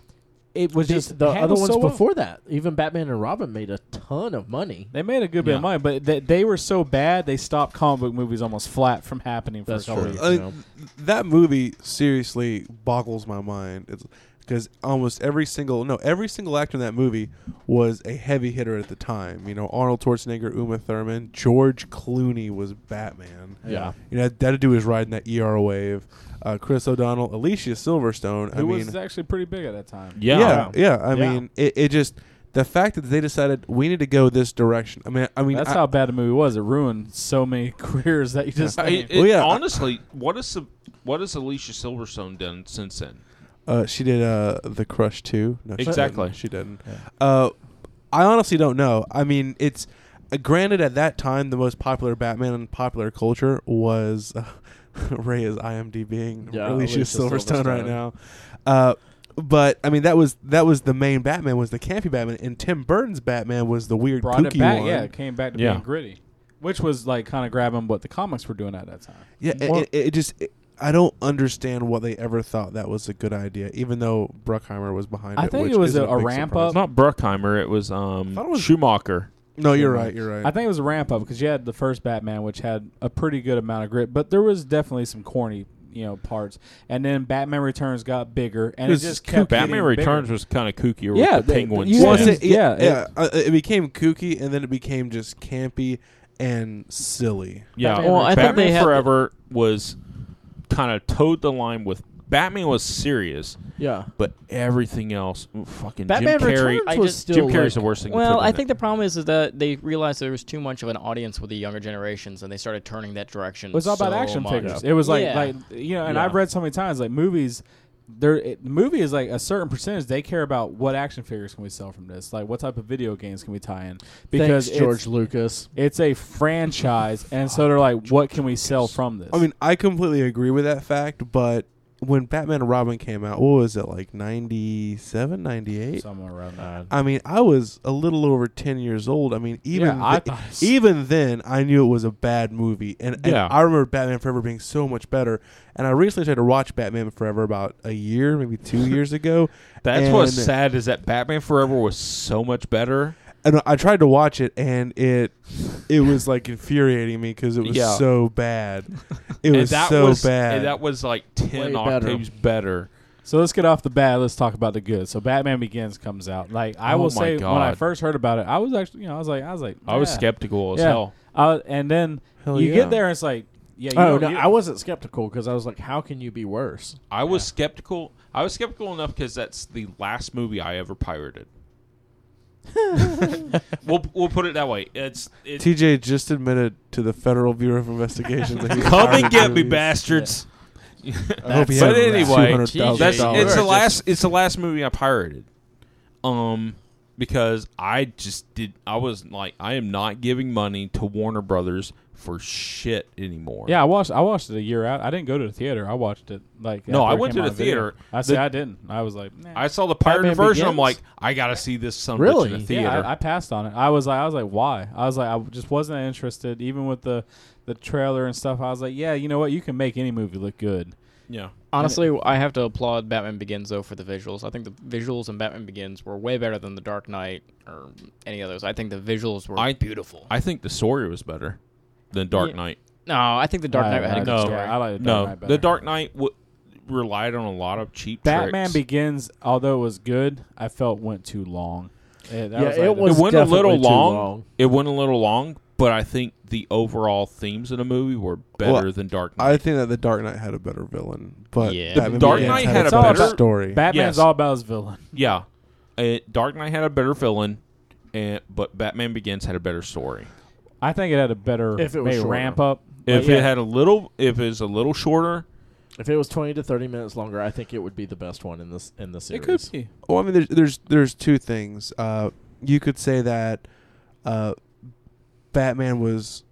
it was
The-
just
the other
handled
ones
so well.
before that. Even Batman and Robin made a ton of money.
They made a good bit
Yeah.
of money, but they, they were so bad they stopped comic book movies almost flat from happening for
That's
a couple
true.
of years.
I mean,
know.
th- that movie seriously boggles my mind. It's because almost every single no every single actor in that movie was a heavy hitter at the time. You know, Arnold Schwarzenegger, Uma Thurman, George Clooney was Batman.
Yeah.
You know, that dude was riding that ER wave. Uh, Chris O'Donnell, Alicia Silverstone. I
Who
mean,
was actually pretty big at that time.
yeah.
yeah, yeah. I
Yeah.
mean, it, it just the fact that they decided we need to go this direction. I mean, I mean,
That's
I-
how bad the movie was. It ruined so many careers that you just.
I- it-
Well, yeah.
Honestly, what is the what has Alicia Silverstone done since then?
Uh, she did uh, the Crush too. No, she
Exactly.
didn't. She didn't. Uh, I honestly don't know. I mean, it's uh, granted at that time the most popular Batman in popular culture was uh, Ray is IMDbing
Yeah,
Alicia,
Alicia
Silverstone, right
Silverstone.
now. Uh, but I mean, that was that was the main Batman was the campy Batman, and Tim Burton's Batman was the weird
brought it
kooky
back.
one.
Yeah, it came back to
Yeah.
being gritty, which was like kind of grabbing what the comics were doing at that time.
Yeah, it,
Well-
it, it just. It, I don't understand what they ever thought that was a good idea, even though Bruckheimer was behind
I
it.
think
which
it was
isn't
a- a
big
ramp
surprise.
It's not Bruckheimer. It was um
Thought it was-
Schumacher.
No, you're right. You're right.
I think it was a ramp up because you had the first Batman, which had a pretty good amount of grit, but there was definitely some corny, you know, parts. And then Batman Returns got bigger, and
It
it,
was
just
kooky.
kept
Batman
getting
Returns
Bigger.
was kind of kooky with
Yeah,
the
they-
penguins.
you
Well,
Yeah.
it's- it, yeah,
Yeah,
yeah. uh, it became kooky, and then it became just campy and silly.
Yeah,
Batman
well,
Re-
I
Batman
think they
had-
Forever was kind of towed the line with Batman was serious,
Yeah.
but everything else, ooh, fucking
Batman
Jim Carrey.
Returns
I
was
just-
still
Jim Carrey's
like-
the worst thing.
Well, I think the problem is, is that they realized there was too much of an audience with the younger generations, and they started turning that direction.
It was all about
so
action
much.
figures. It was like,
Yeah.
like you know, and
Yeah.
I've read so many times like movies. There, it, the movie is like a certain percentage. They care about what action figures can we sell from this, like what type of video games can we tie in. Because
Thanks, George
it's,
Lucas.
it's a franchise, and so they're like, what can we sell from this?
I mean, I completely agree with that fact, but when Batman and Robin came out, what was it like 97, 98?
somewhere around that.
I mean, I was a little over 10 years old. I mean, even
Yeah, I
thi-
thought it was-
even then I knew it was a bad movie and, and
Yeah.
I remember Batman Forever being so much better. And I recently tried to watch Batman Forever about a year, maybe 2 years ago.
that's what's
and-
sad is that Batman Forever was so much better.
and I tried to watch it, and it it was like infuriating me because it was
Yeah.
so bad. It
And
was
that
so
was,
bad.
and that was like
Way
ten
better.
octaves better.
So let's get off the bad. Let's talk about the good. So Batman Begins comes out. Like I
Oh
will
my
say, when I
God.
first heard about it, I was actually, you know, I was like, I was like,
I was
yeah.
skeptical as
Yeah.
hell.
I- and then
Hell
you
yeah.
get there, and it's like, yeah, you
oh
don't-
no,
you-
I wasn't skeptical because I was like, how can you be worse?
I was skeptical. I was skeptical enough because that's the last movie I ever pirated. we'll we'll put it that way. It's it's
TJ just admitted to the Federal Bureau of Investigation. that he
come
found
and get me,
movies.
bastards.
I hope he had
But
around
anyway,
$200,000.
That's
Yeah,
it's
you
the
are
last it's the last movie I pirated. Um because I just did I was like I am not giving money to Warner Brothers for shit anymore.
yeah, I watched. I watched it a year out. I didn't go to the theater. I watched it like
No,
after
I
it
went
came
to
out
the
on video.
theater.
I said I didn't. I was like, nah.
I saw the pirated
Batman
version. I'm
Begins?
like, I gotta see this son of a bitch
Really?
in the
Yeah,
theater.
Yeah, I, I passed on it. I was like, I was like, why? I was like, I just wasn't interested. Even with the the trailer and stuff, I was like, yeah, you know what? You can make any movie look good.
yeah.
Honestly, I have to applaud Batman Begins though for the visuals. I think the visuals in Batman Begins were way better than The Dark Knight or any others. I think the visuals were
I-
beautiful.
I think the story was better than Dark
Yeah.
Knight.
no, I think The Dark
I-
Knight
I,
had a good
no.
story.
yeah, Oh, I like the Dark
no,
Knight better.
the Dark Knight w- relied on a lot of cheap
Batman
tricks.
Begins, although it was good, I felt went too long. Yeah, that
Yeah,
like
it
the-
was
it went a little
definitely too
long.
long.
It went a little long, but I think the overall themes of the movie were better
Well,
than Dark Knight.
I think that the Dark Knight had a better villain, but
Yeah.
Batman
Dark
Begins
Knight had
a
a
better
better-
story.
Batman's
Yes.
all about his villain.
yeah, It- Dark Knight had a better villain, and but Batman Begins had a better story.
I think it had a better
If it was
maybe
shorter.
ramp up.
If
Like,
it had a little, if it's a little shorter,
If it was twenty to thirty minutes longer, I think it would be the best one in this in the series.
It could be.
Well, I mean, there's there's there's two things. Uh, you could say that uh, Batman was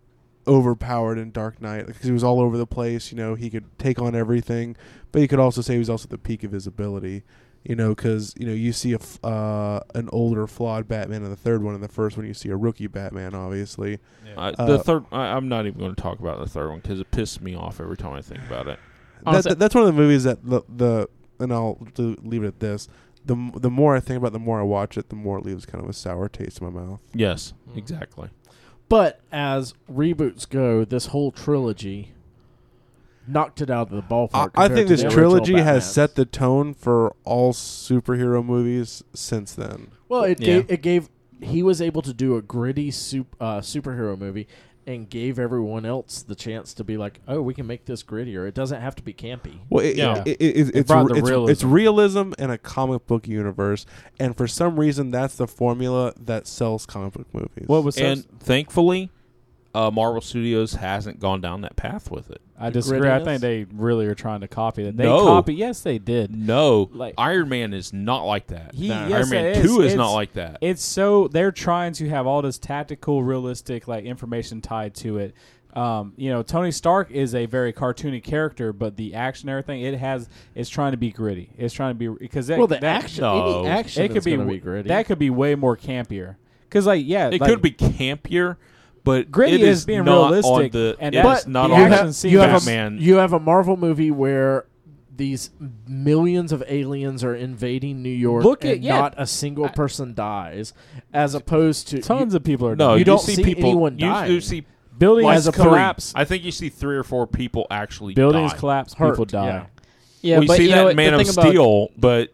overpowered in Dark Knight because he was all over the place. You know, he could take on everything, but you could also say he was also at the peak of his ability. You know, because you know you see a f- uh, an older, flawed Batman in the third one, and the first one you see a rookie Batman, obviously.
Uh,
Uh,
the third, I, I'm not even going to talk about the third one because it pissed me off every time I think about it.
that,
Honestly-
that's one of the movies that the, the and I'll do- leave it at this. The m- the more I think about, it, the more I watch it, the more it leaves kind of a sour taste in my mouth.
Yes,
Hmm.
exactly.
But as reboots go, this whole trilogy knocked it out of the
I,
ballpark.
I
compared
think
to
this
the original
trilogy has
Batmans.
set the tone for all superhero movies since then.
Well, it
Yeah.
gave, it gave he was able to do a gritty sup, uh, superhero movie and gave everyone else the chance to be like, oh, we can make this grittier. It doesn't have to be campy.
Well, it,
Yeah.
it, it, it, it's,
brought
re-
the
it's,
realism.
it's realism in a comic book universe, and for some reason, that's the formula that sells comic book movies.
What was
and thankfully, uh, Marvel Studios hasn't gone down that path with it.
I disagree. I
grittiness?
think they really are trying to copy that. They
No.
copy. Yes, they did.
No,
Like-
Iron Man is not like that.
He-
No.
yes,
Iron Man
it is.
Two is
It's-
not like that.
It's so they're trying to have all this tactical, realistic like information tied to it. Um, you know, Tony Stark is a very cartoony character, but the action, and everything it has, it's trying to be gritty. It's trying to be because
well, the action,
no.
any action,
it could be,
be gritty.
that could be way more campier. Because like yeah,
it
like,
could be campier, but
Gritty
it is,
is being
not on
realistic,
the.
and
it
that's
is not
the
on
action
the
scene.
you have
Batman.
A, you have a Marvel movie where these millions of aliens are invading New York
Look
and
at- yeah.
not a single person dies, as opposed to
tons of people are
no,
dying.
you don't
see
see
people.
anyone
you
dying.
do see.
buildings
like
a
three-
collapse.
I think you see three or four people actually.
Buildings
die.
collapse.
Hurt,
People die.
yeah.
Yeah,
we
but
see
you
that
know
in
what?
Man
the
of
thing about,
Steel, but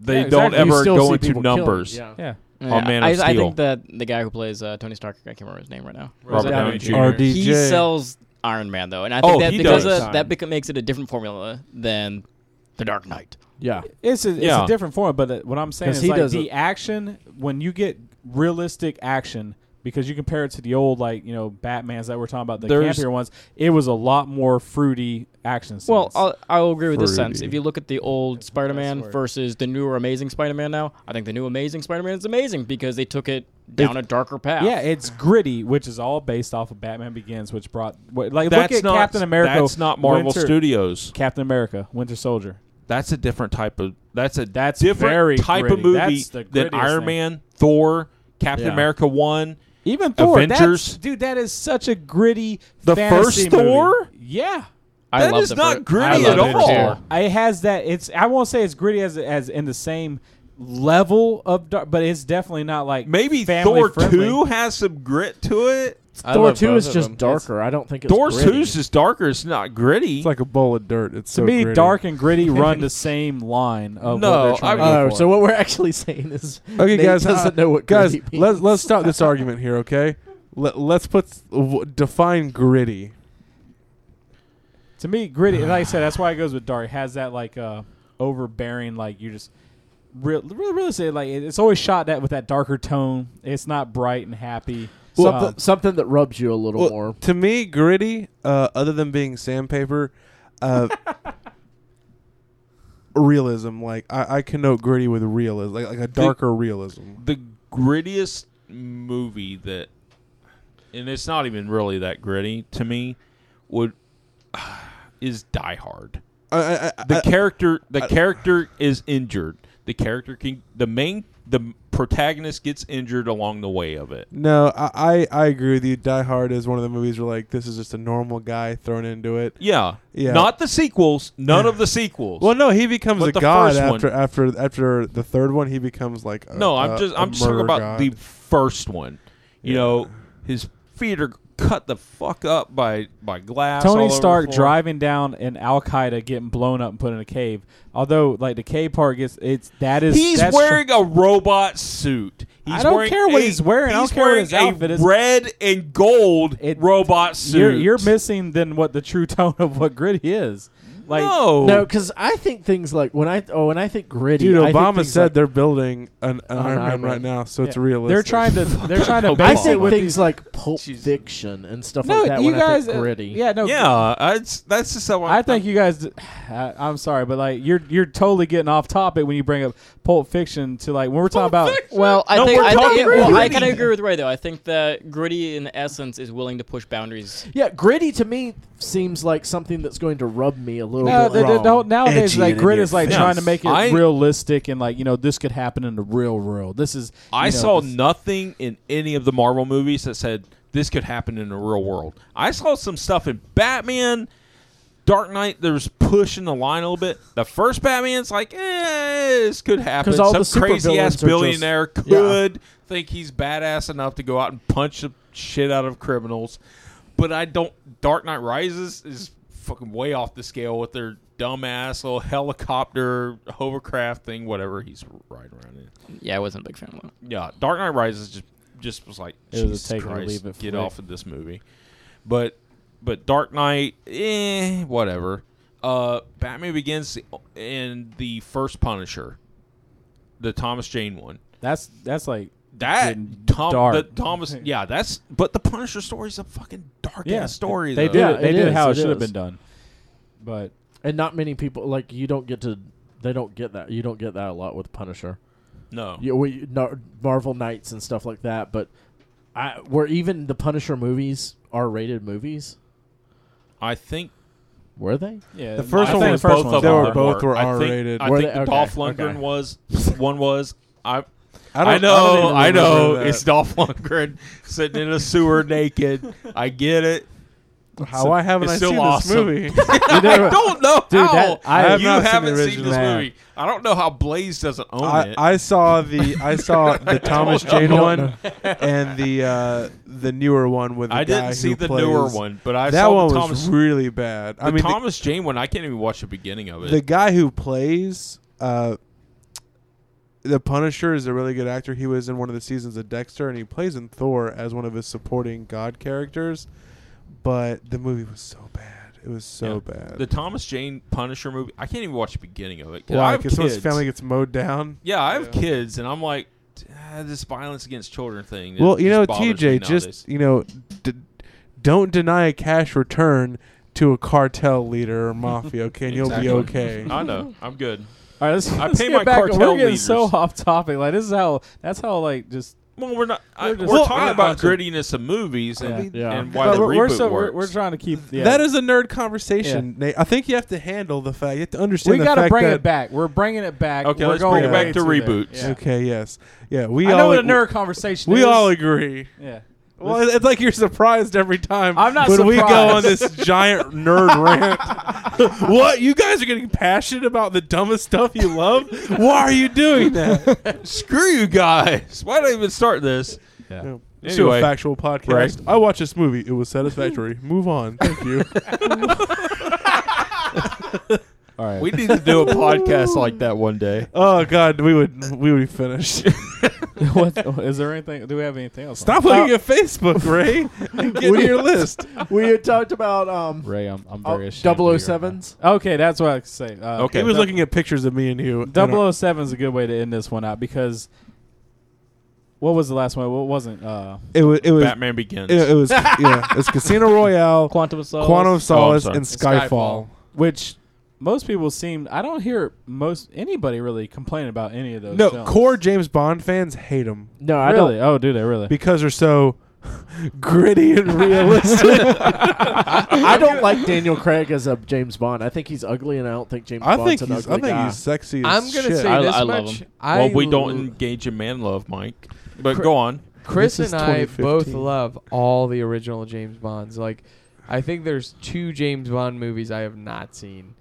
they
Yeah,
don't
exactly. You
ever
still
go
see
into
people killing,
numbers.
yeah.
Yeah.
on Man
I,
of
I
Steel.
think that the guy who plays uh, Tony Stark, I can't remember his name right now.
Robert Downey Jr.
RDJ.
He sells Iron Man though, and I think
Oh,
that
he
because
does.
of, that beca- makes it a different formula than the Dark Knight.
Yeah.
It's a, it's
Yeah.
a different form, but uh, what I'm saying
'Cause
is
he
like
does
the action when you get realistic action because you compare it to the old like you know Batman's that we're talking about the
There's-
campier ones. It was a lot more fruity action. Scenes.
Well, I'll, I'll agree with this sense.
Fruity.
If you look at the old Spider-Man
word.
versus the newer Amazing Spider-Man now, I think the new Amazing Spider-Man is amazing because they took it down a darker path.
yeah, it's gritty, which is all based off of Batman Begins, which brought wh- like
That's
look at
not
Captain America.
That's not Marvel
Winter-
Studios.
Captain America, Winter Soldier.
That's a different type of. That's a
That's
different
very
type
gritty.
of movie
That's the
than
grittiest
Iron
thing.
Man, Thor, Captain
Yeah.
America One.
Even Thor, that's-
Avengers.
dude, that is such a gritty.
The
fantasy
first Thor?
movie. yeah.
I
That
love
is
the
not
fir-
gritty
I love
at
the
all.
first two.
It has that. It's I won't say it's gritty as as in the same level of dark, but it's definitely not like
Maybe
family
Thor
friendly.
Two has some grit to it.
I
Thor
love
two
both
is
of
just
them.
darker. I don't think it's
Thor
gritty.
Two's just darker. It's not gritty.
It's like a bowl of dirt. It's
To me, dark and gritty run the same line of
No,
what they're trying to
I-
go
Oh,
for.
so what we're actually saying is
Okay,
Nate
guys.
doesn't
uh,
know what
guys,
gritty means.
let's let's stop this argument here. Okay, Let, let's put w- define gritty.
to me, gritty. Like I said, that's why it goes with dark. It has that like uh, overbearing, like you just real, real, really say like it- it's always shot that with that darker tone. It's not bright and happy.
something,
Um,
something that rubs you a little
Well,
more.
To me, gritty, uh, other than being sandpaper, uh, realism. Like I, I connote gritty with realism, like, like a darker realism.
the grittiest movie that, and it's not even really that gritty to me, would is Die Hard.
I, I, I,
the
I-
character the
Uh, I-
character is injured. The character can the main the protagonist gets injured along the way of it.
no, I, I I agree with you. Die Hard is one of the movies where like this is just a normal guy thrown into it.
Yeah.
Yeah.
Not the sequels. None of the sequels.
Well, no, he becomes
But
a
the
god
first one-
after after after the third one. He becomes like a,
no,
a-
I'm just
a
I'm just talking
murder
about
god.
the first one. You
Yeah.
know, his feet are cut the fuck up by by glass. all
Tony
over the
Stark
floor.
driving down and Al Qaeda getting blown up and put in a cave. Although, like the cave part gets it's that is
He's
that's
wearing a robot suit. He's
I don't
wearing
care what
a-
he's wearing. I don't
he's
care what
wearing
his outfit
a
is.
red and gold
It-
robot
tr-
suit.
You're, you're missing then what the true tone of what gritty is. Like
no,
No, because I think things like when I oh when I think gritty,
Dude,
I think
Obama
things
said
like,
they're building an, an Iron
Iron
Man
Man.
right now, so it's
Yeah.
realistic.
they're trying to they're trying to
Obama.
I
base
think
it with
things
these,
like Pulp
Jesus.
Fiction and stuff
no
like that.
you
when
guys uh,
I think gritty.
yeah no
yeah, I, it's, that's just how
I think you guys. d- I, am sorry, but like you're you're totally getting off topic when you bring up Pulp Fiction to like when we're talking about.
Well, I
No,
think
we're
I,
talking
think- well, I
gritty.
kind of agree with Ray though. I think that gritty, in essence, is willing to push boundaries.
Yeah, gritty to me seems like something that's going to rub me a little
No,
bit
they, they
wrong.
don't, nowadays
Edgy
like
and
grit
in
is
your
like
face.
trying to make it
I-
realistic and like you know this could happen in the real world. This is
I
you know,
saw
this-
nothing in any of the Marvel movies that said this could happen in the real world. I saw some stuff in Batman, Dark Knight. There's pushing the line a little bit. The first Batman's like, eh, this could happen.
'Cause all
Some
the super
crazy ass
villains are
billionaire
just- yeah.
could think he's badass enough to go out and punch the shit out of criminals. But I don't. Dark Knight Rises is fucking way off the scale with their dumbass little helicopter hovercraft thing, whatever he's riding around in.
Yeah, I wasn't a big fan of that.
Yeah, Dark Knight Rises just just was like
It was a
Jesus
take it or
Christ,
leave it
get
flick.
off of this movie. But but Dark Knight, eh, whatever. Uh, Batman Begins and the first Punisher, the Thomas Jane one.
that's that's like
That
Getting
Tom,
dark.
the Thomas, yeah, that's but the Punisher story's a fucking dark
yeah
ass story.
They
though.
did
Yeah,
it, they
it
did
is,
how it,
it
should have
is.
been done, but
and not many people like you don't get to. They don't get that. You don't get that a lot with Punisher.
no,
You, we, no, Marvel Knights and stuff like that, but I where even the Punisher movies are rated movies.
I think
Were they?
yeah,
The first
I
one
think
was-
the first
both of
they
them
were
are.
both were
I think-
R-rated.
I
Were
think
they?
the
Okay,
Dolph Lundgren
okay.
was one was I.
I,
I,
don't- don't
know,
even
I, know.
remember that.
It's Dolph Lundgren sitting in a sewer naked. I get it.
How I haven't
it's
I
still
seen
awesome.
this movie?
I don't know
Dude,
how
that- I have
you
not seen
haven't
the
seen, this
original.
movie. I don't know how Blaze doesn't own
I,
it.
I saw the I saw the Thomas
don't
Jane
know.
one and the uh, the newer one with the
I
guy
didn't see
who
the
plays-
newer one, but I
that
saw
one
the
was
Thomas.
really bad. I
the
mean, the-
Thomas Jane one. I can't even watch the beginning of
the,
it.
guy who plays uh, the Punisher is a really good actor. He was in one of the seasons of Dexter, and he plays in Thor as one of his supporting god characters. But the movie was so bad. It was so
Yeah.
bad.
The Thomas Jane Punisher movie. I can't even watch the beginning of it. 'cause I
Why?
have
Because someone's
kids.
family gets mowed down.
Yeah, I have
Yeah.
kids, and I'm like, "Ah, this violence against children thing. it
Well, you
just
know,
bothers me
TJ,
nowadays."
just you know, d- don't deny a cash return to a cartel leader or mafia, okay, and you'll be
Exactly. Uh,
okay.
I know. I'm good.
all right, let's,
I
let's
pay
get
my
back.
cartel
We're getting
leaders.
so off topic. Like this is how that's how like just
Well, we're not. I, we're
We're just-
talking
Well,
about
I-
grittiness of movies and,
Yeah.
and why
But
the
we're,
reboot
we're so
works.
we're, we're trying to keep yeah.
That is a nerd conversation, Nate. I think you have to handle the fact. You have to understand.
we
the
gotta
fact
bring
that,
it back. We're bringing it back.
Okay,
We're
let's
going
bring it back
way
to
there.
reboots.
Yeah.
Okay. Yes. Yeah. We
I
all
know what a nerd conversation
We
is.
all agree.
Yeah.
Well, it's like you're surprised every time
I'm not
when we go
surprised.
on this giant nerd rant. what you guys are getting passionate about the dumbest stuff you love? Why are you doing that?
Screw you guys! Why did I even start this?
Yeah. Let's do a
Anyway,
factual podcast.
Right.
I watched this movie. It was satisfactory. Move on. Thank you.
All right.
we need to do a podcast like that one day.
Oh God, we would we would be finished.
what, is there anything? Do we have anything else?
Stop looking at Facebook, Ray. And get in your list.
we had talked about um
Ray, I'm, I'm
oh,
very ashamed. of you right
007s.
now. Okay, that's what I could say. Uh,
Okay.
He was looking at pictures of me and you. in our-
007 is a good way to end this one out because what was the last one? What wasn't? Uh,
It was it was
Batman Begins.
it, it was yeah. It's Casino Royale,
Quantum of Solace.
Quantum of Solace,
sorry.
and Skyfall.
Skyfall.
which most people seem. I don't hear most anybody really complain about any of those.
No,
films.
core James Bond fans hate them
No, I
Really?
don't.
Oh, do they really?
because they're so gritty and realistic.
I don't like Daniel Craig as a James Bond. I think he's ugly, and I don't think James
I
Bond's
think
an
he's, I
ugly
think
guy.
he's sexy. As
I'm gonna
shit.
say
I-
this
I love
much.
him.
I
well, we don't
l-
engage in man love, Mike. But
Cr-
go on.
Chris
This is
and I
2015.
both love all the original James Bonds. Like, I think there's two James Bond movies I have not seen,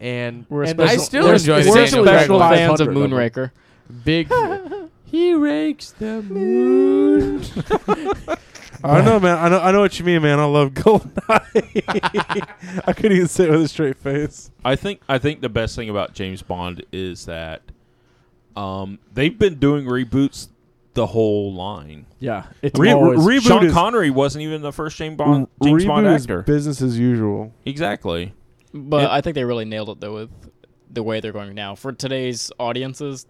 and
We're
and I
special-
still
we're
enjoy the
special-
Daniel
we're
Craig
special
ones.
fans of
500 of them.
Moonraker.
Big. he rakes the moon.
I know, man. I know. I know what you mean, man. I love Goldeneye. I couldn't even say it with a straight face.
I think I think the best thing about James Bond is that um, they've been doing reboots the whole line.
yeah, it's
Re-
always-
re- Reboot
Sean
is-
Connery wasn't even the first James Bond
Reboot
James Bond
is
actor.
business as usual.
exactly.
But
It-
I think they really nailed it though with the way they're going now for today's audiences.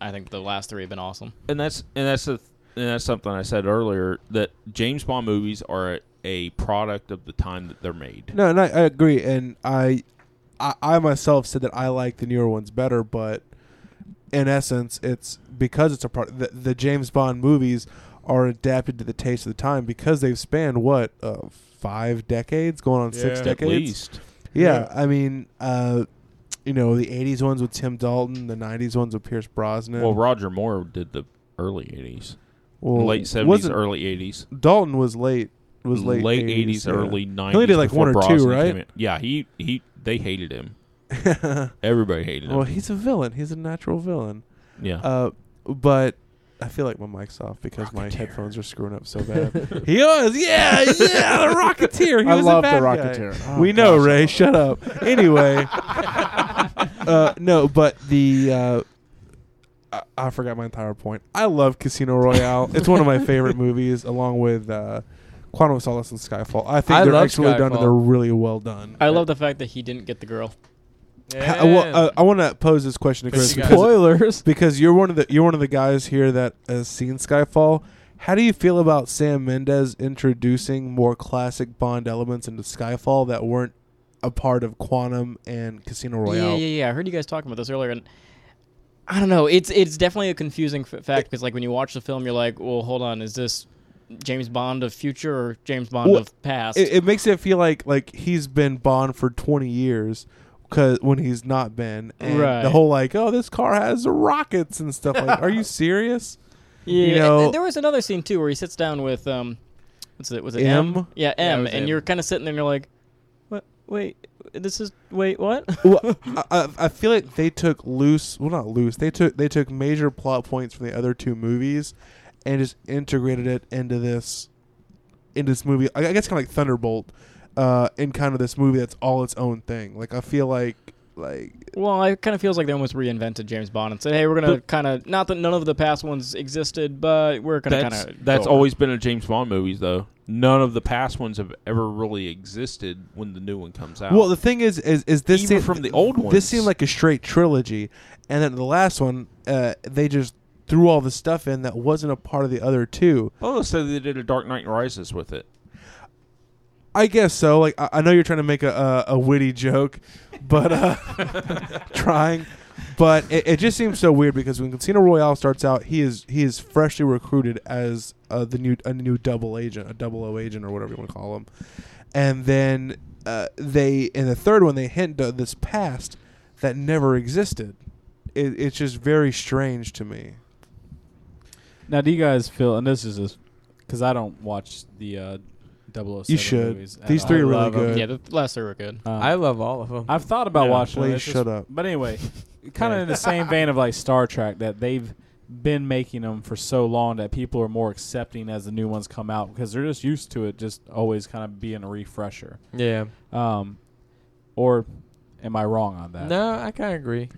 I think the last three have been awesome.
and that's and that's the and that's something I said earlier that James Bond movies are a, a product of the time that they're made.
No, and I, I agree, and I, I, I myself said that I like the newer ones better, but in essence, it's because it's a part. The, the James Bond movies are adapted to the taste of the time because they've spanned what uh, five decades, going on six
Yeah. At
At
decades.
least
Yeah,
Yeah.
I mean, uh, you know, the '80s ones with Tim Dalton, the '90s ones with Pierce Brosnan.
Well, Roger Moore did the early 80s,
Well,
late 70s,
wasn't-
early 80s.
Dalton was late. Was late,
late 80s,
yeah.
early 90s.
only did, like,
before
one or two,
Brosnan
right?
came in. Yeah, he he they hated him. Everybody hated him.
well, he's a villain. He's a natural villain.
yeah.
Uh, but I feel like my mic's off because my headphones are screwing up so bad. he was, yeah, yeah, the Rocketeer. He
I
was
love
a
the
bad guy.
Rocketeer. Oh,
we know, Ray. Shut up. Anyway, uh, no, but the. Uh, I, I forgot my entire point. I love Casino Royale. it's one of my favorite movies, along with uh, Quantum of Solace and Skyfall. I think
I
they're
love
excellently done
Skyfall.
and they're really well done.
I love the fact that he didn't get the girl.
Ha- I, well, uh, I want to pose this question to
But
Chris
you guys-
because
Spoilers.
because you're one of the you're one of the guys here that has seen Skyfall. How do you feel about Sam Mendes introducing more classic Bond elements into Skyfall that weren't a part of Quantum and Casino
Yeah,
Royale?
yeah, yeah. I heard you guys talking about this earlier, and I don't know. It's it's definitely a confusing f- fact because like when you watch the film, you're like, well, hold on, is this James Bond of future or James Bond
Well,
of past?
It, it makes it feel like like he's been Bond for 20 years. Cause when he's not been, and
Right.
the whole like, oh, this car has rockets and stuff. Like, are you serious?
yeah.
you
and-
know-
and there was another scene too where he sits down with um, what's it? Was it
M?
M? Yeah,
Yeah, it
M.
was
and
M.
you're kind of sitting there and you're like, what? Wait, this is wait what?
well, I, I- I feel like they took loose, well, not loose. They took they took major plot points from the other two movies, and just integrated it into this, into this movie. I, I guess kind of like Thunderbolt, uh, in kind of this movie that's all its own thing. Like I feel like like
Well, it kind of feels like they almost reinvented James Bond and said, "Hey, we're gonna kind of not that none of the past ones existed, but we're gonna
that's
kind of
that's always been a James Bond movies though. None of the past ones have ever really existed when the new one comes out.
well, the thing is is is this
Even
seem-
from the old
This
ones.
seemed like a straight trilogy, and then the last one, uh, they just threw all the stuff in that wasn't a part of the other two.
oh, so they did a Dark Knight Rises with it.
I guess so. Like I, I know you're trying to make a a, a witty joke, but uh, trying. But it, it just seems so weird because when Casino Royale starts out, he is he is freshly recruited as uh, the new a new double agent, a double O agent or whatever you want to call him, and then uh, they in the third one they hint to this past that never existed. It, it's just very strange to me.
Now, do you guys feel? And this is because I don't watch the uh, 007
You should.
movies at
These
all.
three
I
are really
love 'em.
good.
yeah. The last three were good.
Um,
I love all of them.
I've thought about
Yeah.
watching.
Please
it. It's
shut up.
But anyway, kind of in the same vein of like Star Trek that they've been making them for so long that people are more accepting as the new ones come out because they're just used to it, just always kind of being a refresher.
yeah.
Um, or am I wrong on that?
No, I kind of agree.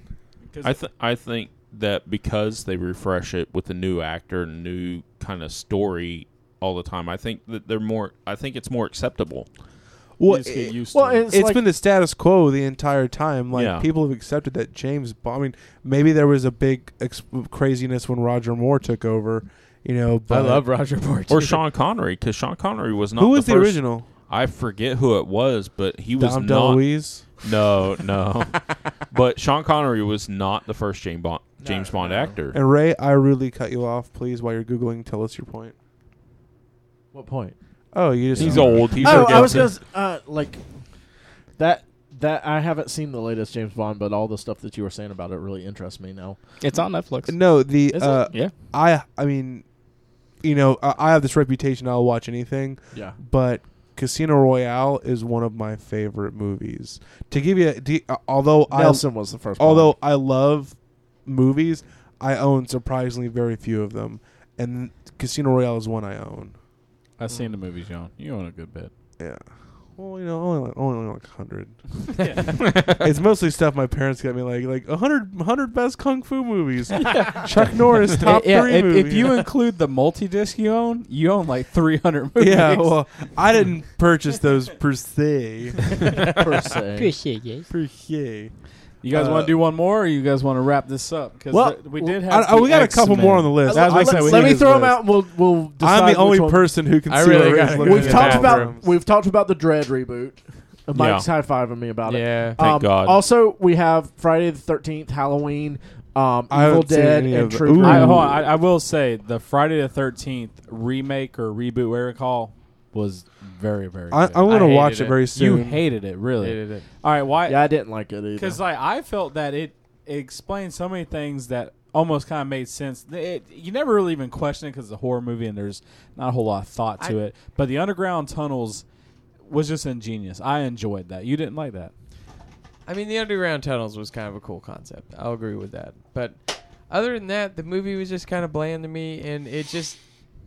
I th- I think that because they refresh it with a new actor and new kind of story all the time, I think that they're more. I think it's more acceptable.
You
Well,
just get used
well,
to it.
it's
It's
like-
been the status quo the entire time. Like
Yeah.
people have accepted that James Bond. I mean, maybe there was a big ex- craziness when Roger Moore took over. You know,
I
but
love Roger Moore.
Or
too.
Sean Connery, because Sean Connery was not
who was
the,
the,
first-
original
I forget who it was, but he was
Dom
not.
DeLuise.
No, no. but Sean Connery was not the first James Bond James Bond actor.
And Ray, I really cut you off. Please, while you're googling, tell us your point.
What point?
Oh, you just
He's old. He
oh,
forgets
I was
it.
gonna s- uh, like that. That I haven't seen the latest James Bond, but all the stuff that you were saying about it really interests me now.
It's on Netflix.
No, the
Is it?
uh,
Yeah.
I. I mean, you know, I, I have this reputation. I'll watch anything.
Yeah,
but Casino Royale is one of my favorite movies. To give you, a, d- although
Nelson was the first.
I, although I love movies, I own surprisingly very few of them, and Casino Royale is one I own.
I've seen the movies, John. You own a good bit.
Yeah, Well, you know, only like, only like hundred. it's mostly stuff my parents got me like like 100, 100 best kung fu movies. Chuck Norris top
yeah,
three
if,
movies.
if you include the multi-disc you own, you own like 300 movies.
yeah, well, I didn't purchase those per se.
per se.
per se.
you guys
uh,
want to do one more, or you guys want to wrap this up? Because
Well,
we did
I,
have.
I, we got a couple more on the list.
That's what I
let,
said, we
let
need
me
his
throw them
list.
out. And we'll we'll decide.
I'm the
which
only
one-
person who can
I
see
really
where
gotta
he's
go
looking
to
at
We've
the
talked
bathrooms.
about we've talked about the Dread reboot. Mike's high fiving me about it.
Yeah.
Thank
Um,
God.
Also, we have Friday the Thirteenth, Halloween, um,
I
Evil
haven't seen
Dead,
any
and
of the-
True.
Ooh.
I,
Grit.
hold on, I, I will say the Friday the 13th remake or reboot, where it call was very very.
I,
good.
I'm
I
going to
hated
watch it
it.
very
you
soon.
hated it really.
Hated it.
All right, why?
yeah, I didn't like it either.
Because like I felt that it, it explained so many things that almost kind of made sense. It, you never really even question it because it's a horror movie and there's not a whole lot of thought to it. But the underground tunnels was just ingenious. I enjoyed that. You didn't like that.
I mean, the underground tunnels was kind of a cool concept. I'll agree with that. But other than that, the movie was just kind of bland to me, and it just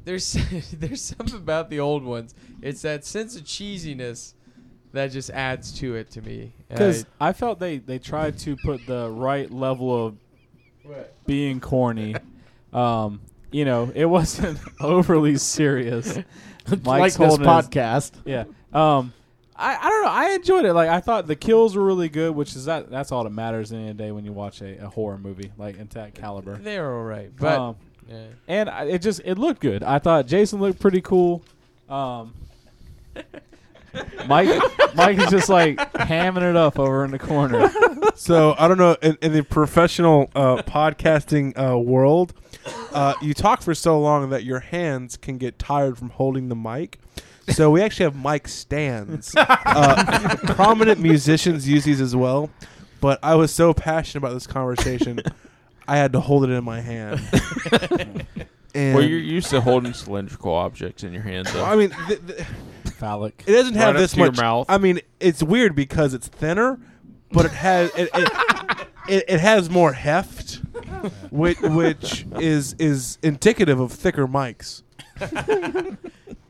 there's there's something about the old ones. It's that sense of cheesiness that just adds to it to me. And
Because I felt they they tried to put the right level of being corny. Um, you know, it wasn't overly serious.
like
Mike's
this
holding his-
podcast.
Yeah. Um, I, I don't know. I enjoyed it. Like I thought the kills were really good, which is that that's all that matters in the end of the day when you watch a, a horror movie like in that caliber.
they're all right, but
um,
yeah.
and I, it just it looked good. I thought Jason looked pretty cool. Um, Mike Mike is just like hamming it up over in the corner.
So I don't know in, in the professional uh, podcasting uh, world, uh, you talk for so long that your hands can get tired from holding the mic. So we actually have mic stands. Uh, prominent musicians use these as well, but I was so passionate about this conversation, I had to hold it in my hand. and
well, you're used to holding cylindrical objects in your hands. though.
I mean, th- th-
Phallic.
it doesn't
Right
have
up
this
to your
much.
mouth.
I mean, it's weird because it's thinner, but it has it it, it, it has more heft, which which is is indicative of thicker mics.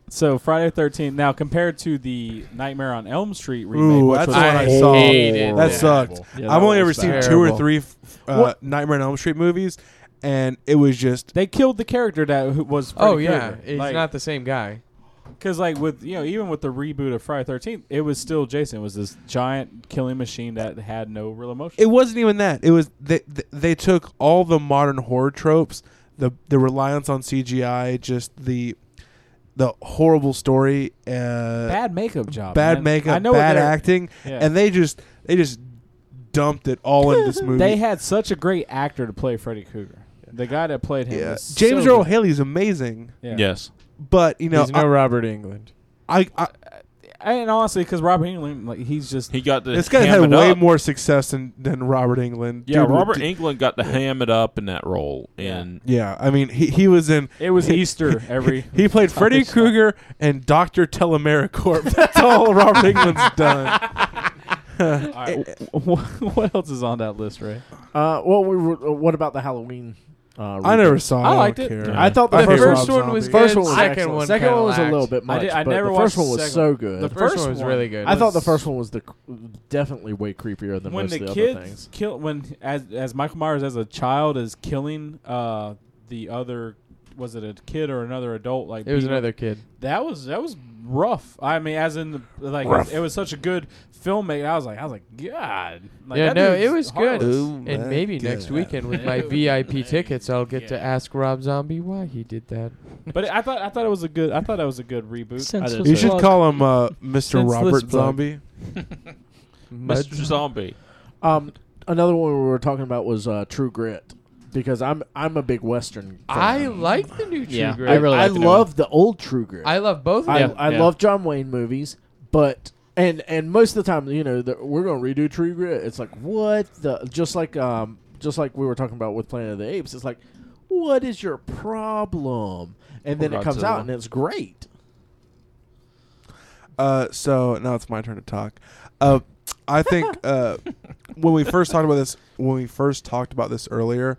So Friday Thirteenth. Now compared to the Nightmare on Elm Street remake,
Ooh,
which
that's
was
the one
I
I saw.
hated
That
that.
sucked.
Yeah,
I've
that
only ever
was
seen
bad.
two or
Terrible.
three uh, Nightmare on Elm Street movies, and it was just
they killed the character that who was. Freddy
oh yeah,
Krueger.
it's
Like,
not the same guy.
Because like with you know even with the reboot of Friday Thirteenth, it was still Jason. It was this giant killing machine that had no real emotion.
it wasn't even that. It was they they, they took all the modern horror tropes, the the reliance on CGI, just the the horrible story, uh,
bad makeup job.
bad
man.
makeup,
I know what
bad
they're-
acting,
Yeah.
and they just they just dumped it all in this movie.
They had such a great actor to play Freddy Krueger. The guy that played him,
yeah.
was
James
so
Earl
good.
Haley's amazing,
Yeah.
yes.
but you know,
There's no Robert England.
I, I, I
Uh, and honestly, because Robert England, like he's just
He got the
this guy
ham
had
it
way
up.
more success than than Robert England.
Yeah,
Dude,
Robert
d-
England got the ham it up in that role, and
yeah, I mean, he he was in.
it was Easter every.
He played Freddy Krueger and Doctor Telemericorp. That's all Robert England's done.
All right,
uh,
wh- wh- what else is on that list, Ray?
Uh, well, we were, uh, what about the Halloween? Uh,
I
reboot?
never saw. it.
I
I,
liked
don't
it.
Care.
I thought the
I hate
first,
Rob
one,
one was
Zombie.
first
good.
one was
Second
excellent.
one
Second
kinda
one was a
lacked.
little bit much.
I, did, I
but
never
the
watched
first one
the
was
second
so good.
The
The first,
first
one was
one.
really good.
I thought the
Let's-
first one was the definitely way creepier than
when
most of
the
the other
kids
things.
kill when as as Michael Myers as a child is killing uh the other was it a kid or another adult like
It was
beating-
another kid.
that was that was rough I mean as in the, like it was such a good filmmaking I was like I was like God like,
yeah,
that
no,
dude's
it was good.
heartless.
Ooh, man,
and maybe
good.
next weekend with my
Ooh, man.
VIP tickets, I'll get to
Yeah.
ask Rob Zombie why he did that.
but I thought I thought it was a good I thought that was a good reboot
Senseless
I did
You
It's
should
like-
call him uh, Mr.
Senseless
Robert
plug.
Zombie.
Mr. Zombie.
Um, another one we were talking about was uh, True Grit because I'm I'm a big Western. Fan.
I like the new True
Yeah,
Grit.
I really
I
like the new one.
love the old True Grit.
I love both of
I,
them.
I
yeah.
love John Wayne movies, but and and most of the time, you know, the, we're gonna redo True Grit. It's like what the just like um just like we were talking about with Planet of the Apes. It's like what is your problem? And then
Or
it comes
Godzilla.
out and it's great.
Uh, so now it's my turn to talk. Uh, I think uh, when we first talked about this, when we first talked about this earlier,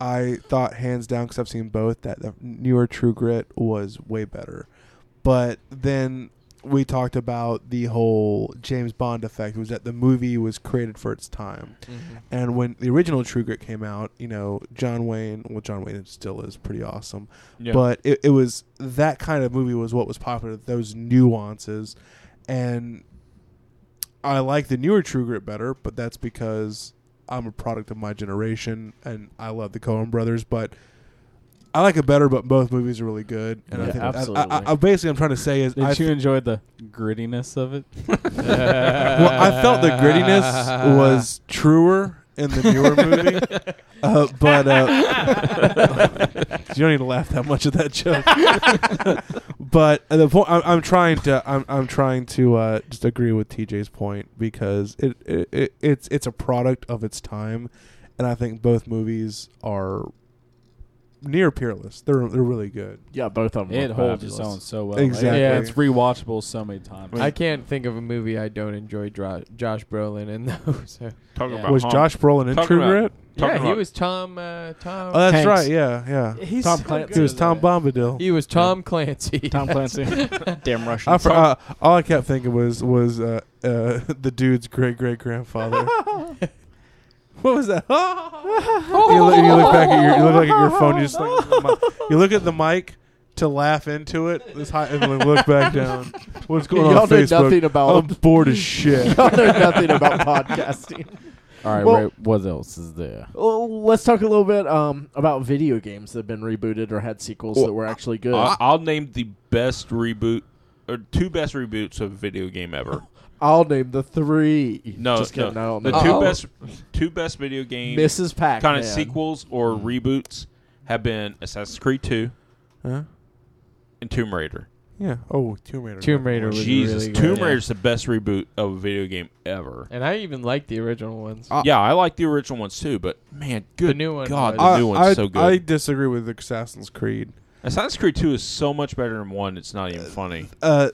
I thought hands down because I've seen both that the newer True Grit was way better. But then we talked about the whole James Bond effect was that the movie was created for its time. And when the original True Grit came out, you know, John Wayne, well, John Wayne still is pretty awesome.
Yeah.
But it, it was that kind of movie was what was popular, those nuances. And I like the newer True Grit better, but that's because I'm a product of my generation and I love the Coen brothers. But I like it better, but both movies are really good. And I
Yeah,
think I, I,
absolutely.
I, basically I'm trying to say is
Did
I
you enjoy the grittiness of it?
well, I felt the grittiness was truer in the newer movie. Uh, but uh, you don't need to laugh that much at that joke. but at the point, I'm, I'm trying to, I'm, I'm trying to uh, just agree with TJ's point because it, it, it, it's, it's a product of its time, and I think both movies are near peerless. They're, they're really good.
Yeah, both of them.
It
look
holds its
fabulous.
own so well.
Exactly.
Yeah, it's rewatchable so many times.
I can't think of a movie I don't enjoy. Dro- Josh Brolin in though. So.
Talking
Yeah.
about
Was
Hom-
Josh Brolin in
Talking
True
about-
Grit?
Talking
yeah, he
about-
was Tom. Uh, Tom.
Oh, that's
Hanks.
right. Yeah, yeah.
He's
Tom
so
Clancy.
good
It was
at
Tom
that.
Bombadil.
he was Tom Clancy.
Tom Clancy.
Damn
I
Russians.
for, uh, all I kept thinking was was uh, uh, the dude's great great grandfather. what was that? you, look, you look back at your you look like at your phone. You just like look at the mic. you look at the mic to laugh into it. This high and like, look back down. What's going
Y'all
on
know
Facebook? Um,
nothing about.
I'm bored as shit.
Y'all know nothing about podcasting.
All right,
Well-
Ray, what else is there?
Well, let's talk a little bit um, about video games that have been rebooted or had sequels that were actually good.
I, I'll name the best reboot or two best reboots of a video game ever.
I'll name the three.
No,
just kidding.
no.
I
the
don't
two
know. Oh.
Uh-oh.
best two best video game
Mrs. Pac
kind of sequels or
Mm.
reboots have been Assassin's Creed Two
Huh?
and Tomb Raider.
Yeah. Oh, Tomb Raider.
Tomb Raider was
Jesus,
really
Tomb
good.
Raider's the best reboot of a video game ever.
And I even like the original ones.
Uh,
yeah, I like the original ones too, but man, good
new one
Oh, God,
was-
the
I,
new one's
I,
so good.
I disagree with Assassin's Creed.
Assassin's Creed Two is so much better than one. It's not even funny.
Uh,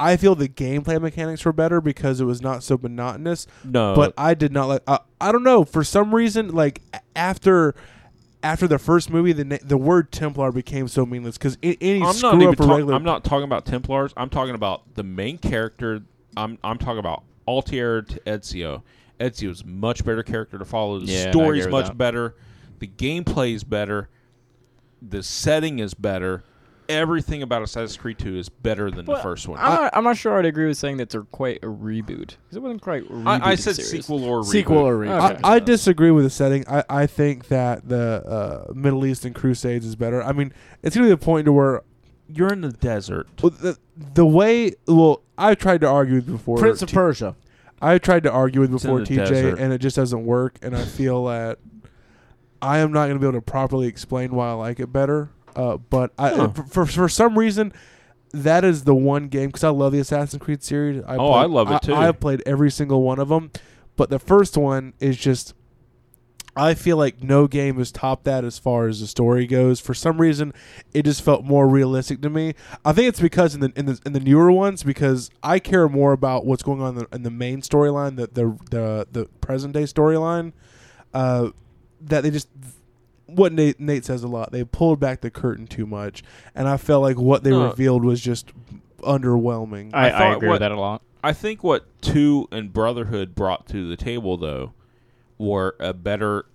I feel the gameplay mechanics were better because it was not so monotonous.
No,
but I did not like. I I don't know for some reason. Like a- after after the first movie, the na- the word Templar became so meaningless because any
I'm
screw
not even
up a
talk-
regular.
I'm not talking about Templars. I'm talking about the main character. I'm I'm talking about Altair to Ezio. Ezio's much better character to follow. The
Yeah, and I
story's
agree with
much
that.
better. The gameplay is better. The setting is better. Everything about Assassin's Creed 2 is better than the
But
first one.
I'm, not, I'm not sure I'd agree with saying that they're quite a reboot. Because it wasn't quite a reboot.
I, I said sequel or
sequel
reboot.
or reboot. Uh,
I,
Okay.
I disagree with the setting. I, I think that the uh, Middle East and Crusades is better. I mean, it's gonna be the point to where
You're in the desert.
well, the the way well I tried to argue with before
Prince of
T-
Persia.
I tried to argue with
It's in
before
the
TJ,
desert.
and it just doesn't work. And I feel that I am not going to be able to properly explain why I like it better. Uh, but I,
Huh.
for, for for some reason, that is the one game because I love the Assassin's Creed series. I
Oh, I love it too.
I, have played every single one of them, but the first one is just. I feel like no game has topped that as far as the story goes. For some reason, it just felt more realistic to me. I think it's because in the in the, in the newer ones, because I care more about what's going on in the, in the main storyline, the the the, the present day storyline. Uh, that they just what Nate Nate says a lot. They pulled back the curtain too much, and I felt like what they
No.
revealed was just underwhelming. Uh,
I thought
agree
what-
with that a lot.
I think what two and Brotherhood brought to the table, though, were a better.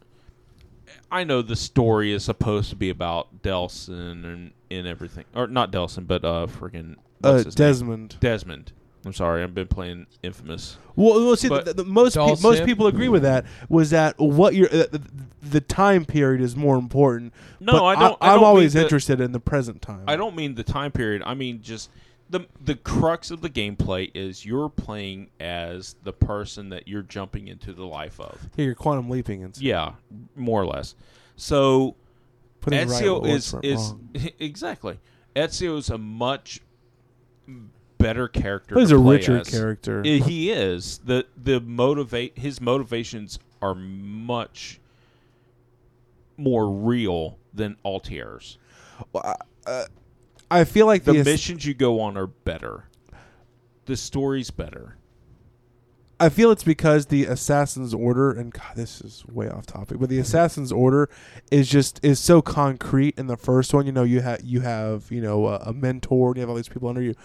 I know the story is supposed to be about Delson and, and everything, or not Delson, but uh, freaking
uh,
what's his name?
Desmond.
Desmond. I'm sorry, I've been playing Infamous.
Well, well see,
But-
the, the, most pe-
Dawson.
most people agree with that. Was that what your uh, the, the time period is more important?
No,
but
I don't.
I,
I,
am
don't mean
always
the-
interested in the present time.
I don't mean the time period. I mean just the the crux of the gameplay is you're playing as the person that you're jumping into the life of.
hear your quantum leaping and stuff.
Yeah, more or less. So
putting it right
Ezio
where it
is
was went
is
wrong.
exactly. Ezio is a much better character.
He's
to
a
play
richer
as.
character.
I- He is the the motivate. His motivations are much more real than Altier's.
uh, I feel like
The
the ass-
missions you go on are better. The story's better.
I feel it's because the Assassin's Order and God, this is way off topic, but the Assassin's Order is just is so concrete in the first one. You know, you have you have you know uh, a mentor, and you have all these people under you.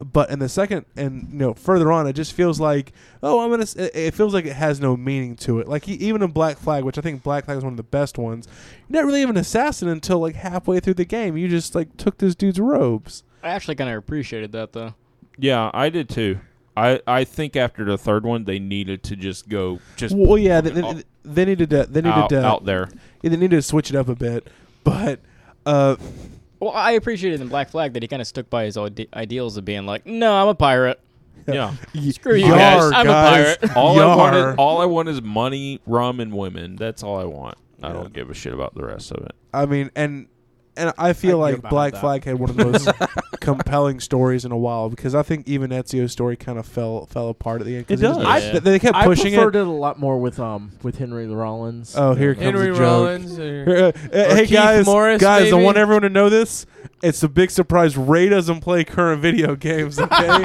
But in the second and you know further on, it just feels like oh I'm gonna. s- It it feels like it has no meaning to it. Like e- even in Black Flag, which I think Black Flag is one of the best ones. You're not really even an assassin until like halfway through the game. You just like took this dude's robes.
I actually kind of appreciated that though.
Yeah, I did too. I, I think after the third one, they needed to just go just
Well, yeah, they,
out,
they, they needed to they needed
out,
to
out there.
yeah, they needed to switch it up a bit. But uh,
Well, I appreciated in Black Flag that he kind of stuck by his ide- ideals of being like, no, I'm a pirate.
Yeah,
y-
Screw you guys, I'm a pirate.
all I want
Yar.
is all I want is money, rum, and women. That's all I want. I don't give a shit about the rest of it.
I mean, and and I feel
I can get
like Black
behind that.
Flag had one of the most compelling stories in a while because I think even Ezio's story kind of fell fell apart at the end. 'cause
It
was-
does.
I-
Yeah.
they kept
I
pushing
preferred
it.
it. a lot more with um with Henry Rollins.
Oh, here comes
Henry
a joke.
Rollins.
Uh,
Or,
uh, hey
Keith
guys,
Morris,
guys, I
maybe?
want everyone to know this. It's a big surprise. Ray doesn't play current video games, okay?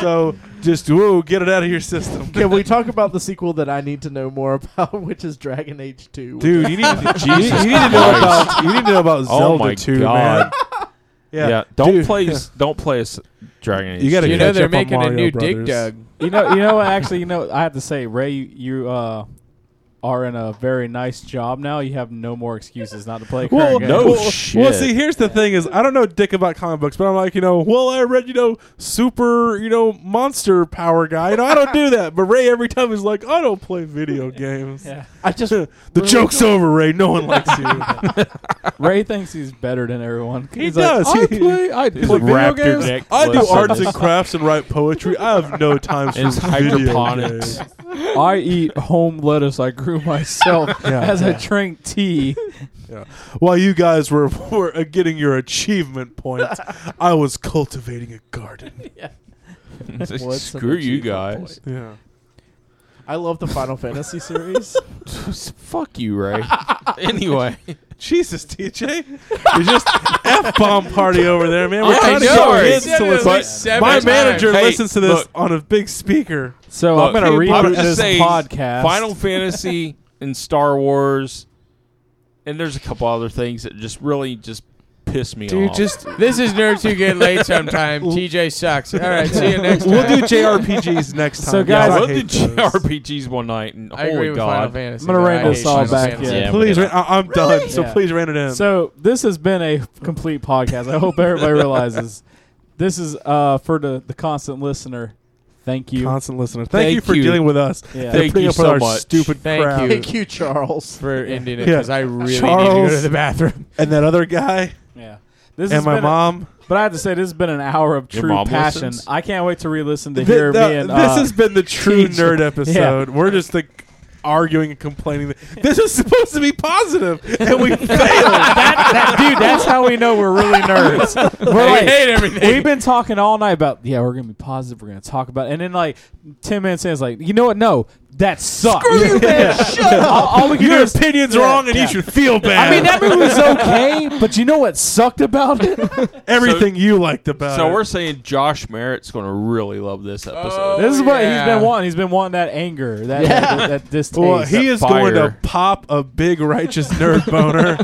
so just whoa, get it out of your system,
Can we talk about the sequel that I need to know more about, which is Dragon Age Two?
dude. You need,
Jesus
you, need- you need to know
Christ.
about you need to know about
Oh
Zelda
my
2,
God.
man.
Yeah,
Yeah,
don't
Dude,
play
yeah.
s- don't play s- Dragon Age.
You gotta
you
two.
know
catch
they're
up on
making a
Mario
new Dig
Brothers.
Dug.
You know, you know. what, Actually, you know. I have to say, Ray, you, you uh, are in a very nice job now. You have no more excuses not to play.
Well,
current game.
no
well,
shit.
Well, see, here's the thing: is I don't know dick about comic books, but I'm like, you know, well, I read, you know, super, you know, monster power guy. You know, I don't do that. But Ray, every time, is like, I don't play video games.
Yeah.
I just
the joke's over, Ray. No one likes you.
Ray thinks he's better than everyone.
He
He's
does.
Like, I
He-
play. I
He's
play
a
video
raptor
games.
dick.
I do
Listen.
arts and crafts and write poetry. I have no time for
It's
video
hydroponics.
games.
I eat home lettuce I grew myself
Yeah.
as I drink tea.
Yeah. While you guys were, were uh, getting your achievement points, I was cultivating a garden.
It's like,
What's an
Screw you
achievement
guys.
Yeah.
I love the Final Fantasy series.
Fuck you, Ray. anyway,
Jesus, TJ, you're just f bomb party over there, man. We're
I
trying to
know.
get
He
kids
said
to
it
listen.
like seven
My
times.
manager
Hey,
listens to this
look.
on a big speaker.
So
Look,
I'm gonna
people
reboot this
say
podcast.
Final Fantasy and Star Wars, and there's a couple other things that just really just piss me
Dude,
off.
just this is nerds who get late sometime. TJ sucks. All right, see you next time.
We'll do JRPGs next time.
So, guys,
I
we'll
hate
do
those.
JRPGs one night, and
I
holy
agree with Final
God,
Fantasy.
I'm gonna
though.
rein
I
this
hate
all
Final
back
Fantasy.
in.
Yeah.
Please, ran, I, I'm done. So
Yeah.
please ran it in.
So this has been a complete podcast. I hope everybody realizes this is uh, for the, the constant listener. Thank you.
constant listener, thank, you
Thank
for
you.
dealing with us.
Yeah.
They're
Thank
putting
you
up with
so
our
much.
stupid
Thank
crap.
you.
Thank you, Charles.
for ending it
Yeah.
because I really need to go to
Charles.
the bathroom.
And that other guy
yeah. This has
and my
been a-
mom.
but I have to say, this has been an hour of
Your
true
mom
passion.
listens?
I can't wait to re-listen to
Th-
hear
th-
me and
this
uh,
has been the true
TJ.
nerd episode. We're just like arguing and complaining. This is supposed to be positive, and we failed.
that, that- dude. That's how we know we're really nerds. We're like,
hate everything.
We've been talking all night about yeah, we're gonna be positive. We're gonna talk about, and then like ten minutes in, it's like you know what? No, that sucks.
you, man. Shut
all, all we can do
Your
is.
opinion's
Yeah,
wrong, and
yeah.
you should feel bad.
I mean, that movie was okay, but you know what sucked about it?
Oh, everything you liked about
So
it.
we're saying Josh Merritt's going to really love this episode.
Oh,
This is what
yeah.
he's been wanting. He's been wanting that anger, that that, that distaste.
well, he
that
is going to
fire.
pop a big righteous nerd boner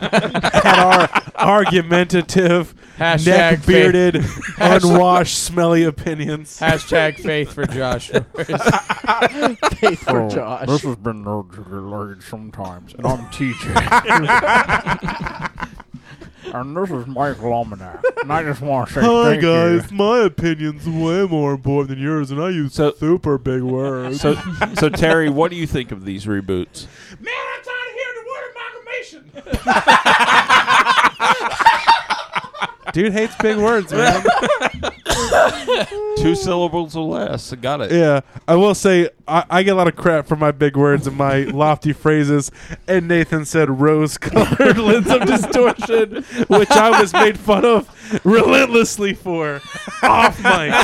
at our argumentative,
Hashtag
neck
faith.
bearded, unwashed, smelly opinions.
Hashtag faith for Josh.
Faith for Josh.
has been nerds sometimes, and I'm TJ. and this is Mike Lomina, and I just want to say
Hi guys, my opinion's way more important than yours, and I use
So-
super big words.
So, so Terry, what do you think of these reboots?
Man, I'm tired of hearing the word amalgamation. Dude hates big words, man.
Two syllables or less. Got it.
yeah, I will say I, I get a lot of crap for my big words and my lofty phrases. And Nathan said rose-colored lens of distortion, which I was made fun of relentlessly for off mic.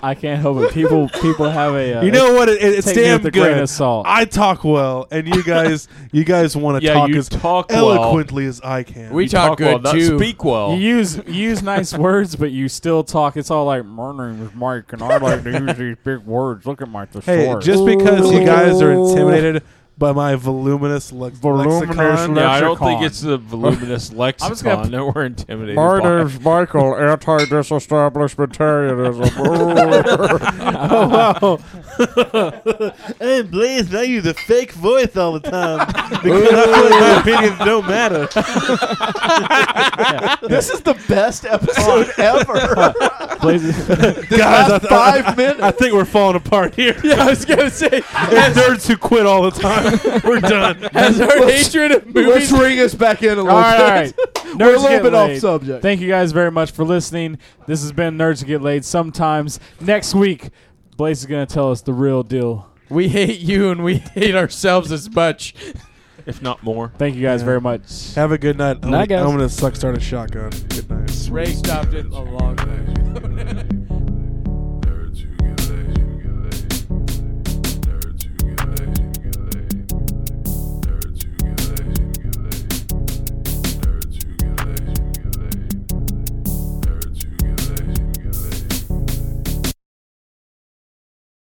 I can't help it. People, people have a. Uh,
You know what? It, it, it's
take me
damn
with a grain
good.
of salt.
I talk well, and you guys, you guys want to
Yeah,
talk
you
as
talk well.
eloquently as I can.
We
You
talk, good
well, not
too.
Speak well.
You
Oh.
use you use nice words, but you still talk. It's all like my name is Mike, and I like to use these big words. Look at my
Hey,
thesaurus.
just because you guys are intimidated by my voluminous, lex-
Voluminous
lexicon.
le-
Yeah, I don't
Lexicon.
think it's the voluminous lexicon
just gonna p-
that we're intimidated
My
by.
name's Michael, anti disestablishmentarianism.
Hey, Blaze, now you the fake voice all the time because I feel like your opinions don't matter.
This is the best episode ever.
Guys, I, th- I,
Five minutes.
I think we're falling apart here.
I was gonna say,
Nerds who quit all the time. we're done.
has our hatred of
Let's
movies?
ring us back in a
All
little
right,
bit.
all
We're
right.
a
Nerds Get
little bit off
Laid.
subject.
Thank you guys very much for listening. This has been Nerds Get Laid. Sometimes next week, Blaze is going to tell us the real deal.
We hate you and we hate ourselves as much.
if not more.
Thank you guys very much.
Have a good night. I'm,
Night, guys.
I'm gonna suck start a shotgun. Good night.
Ray stopped it a long time.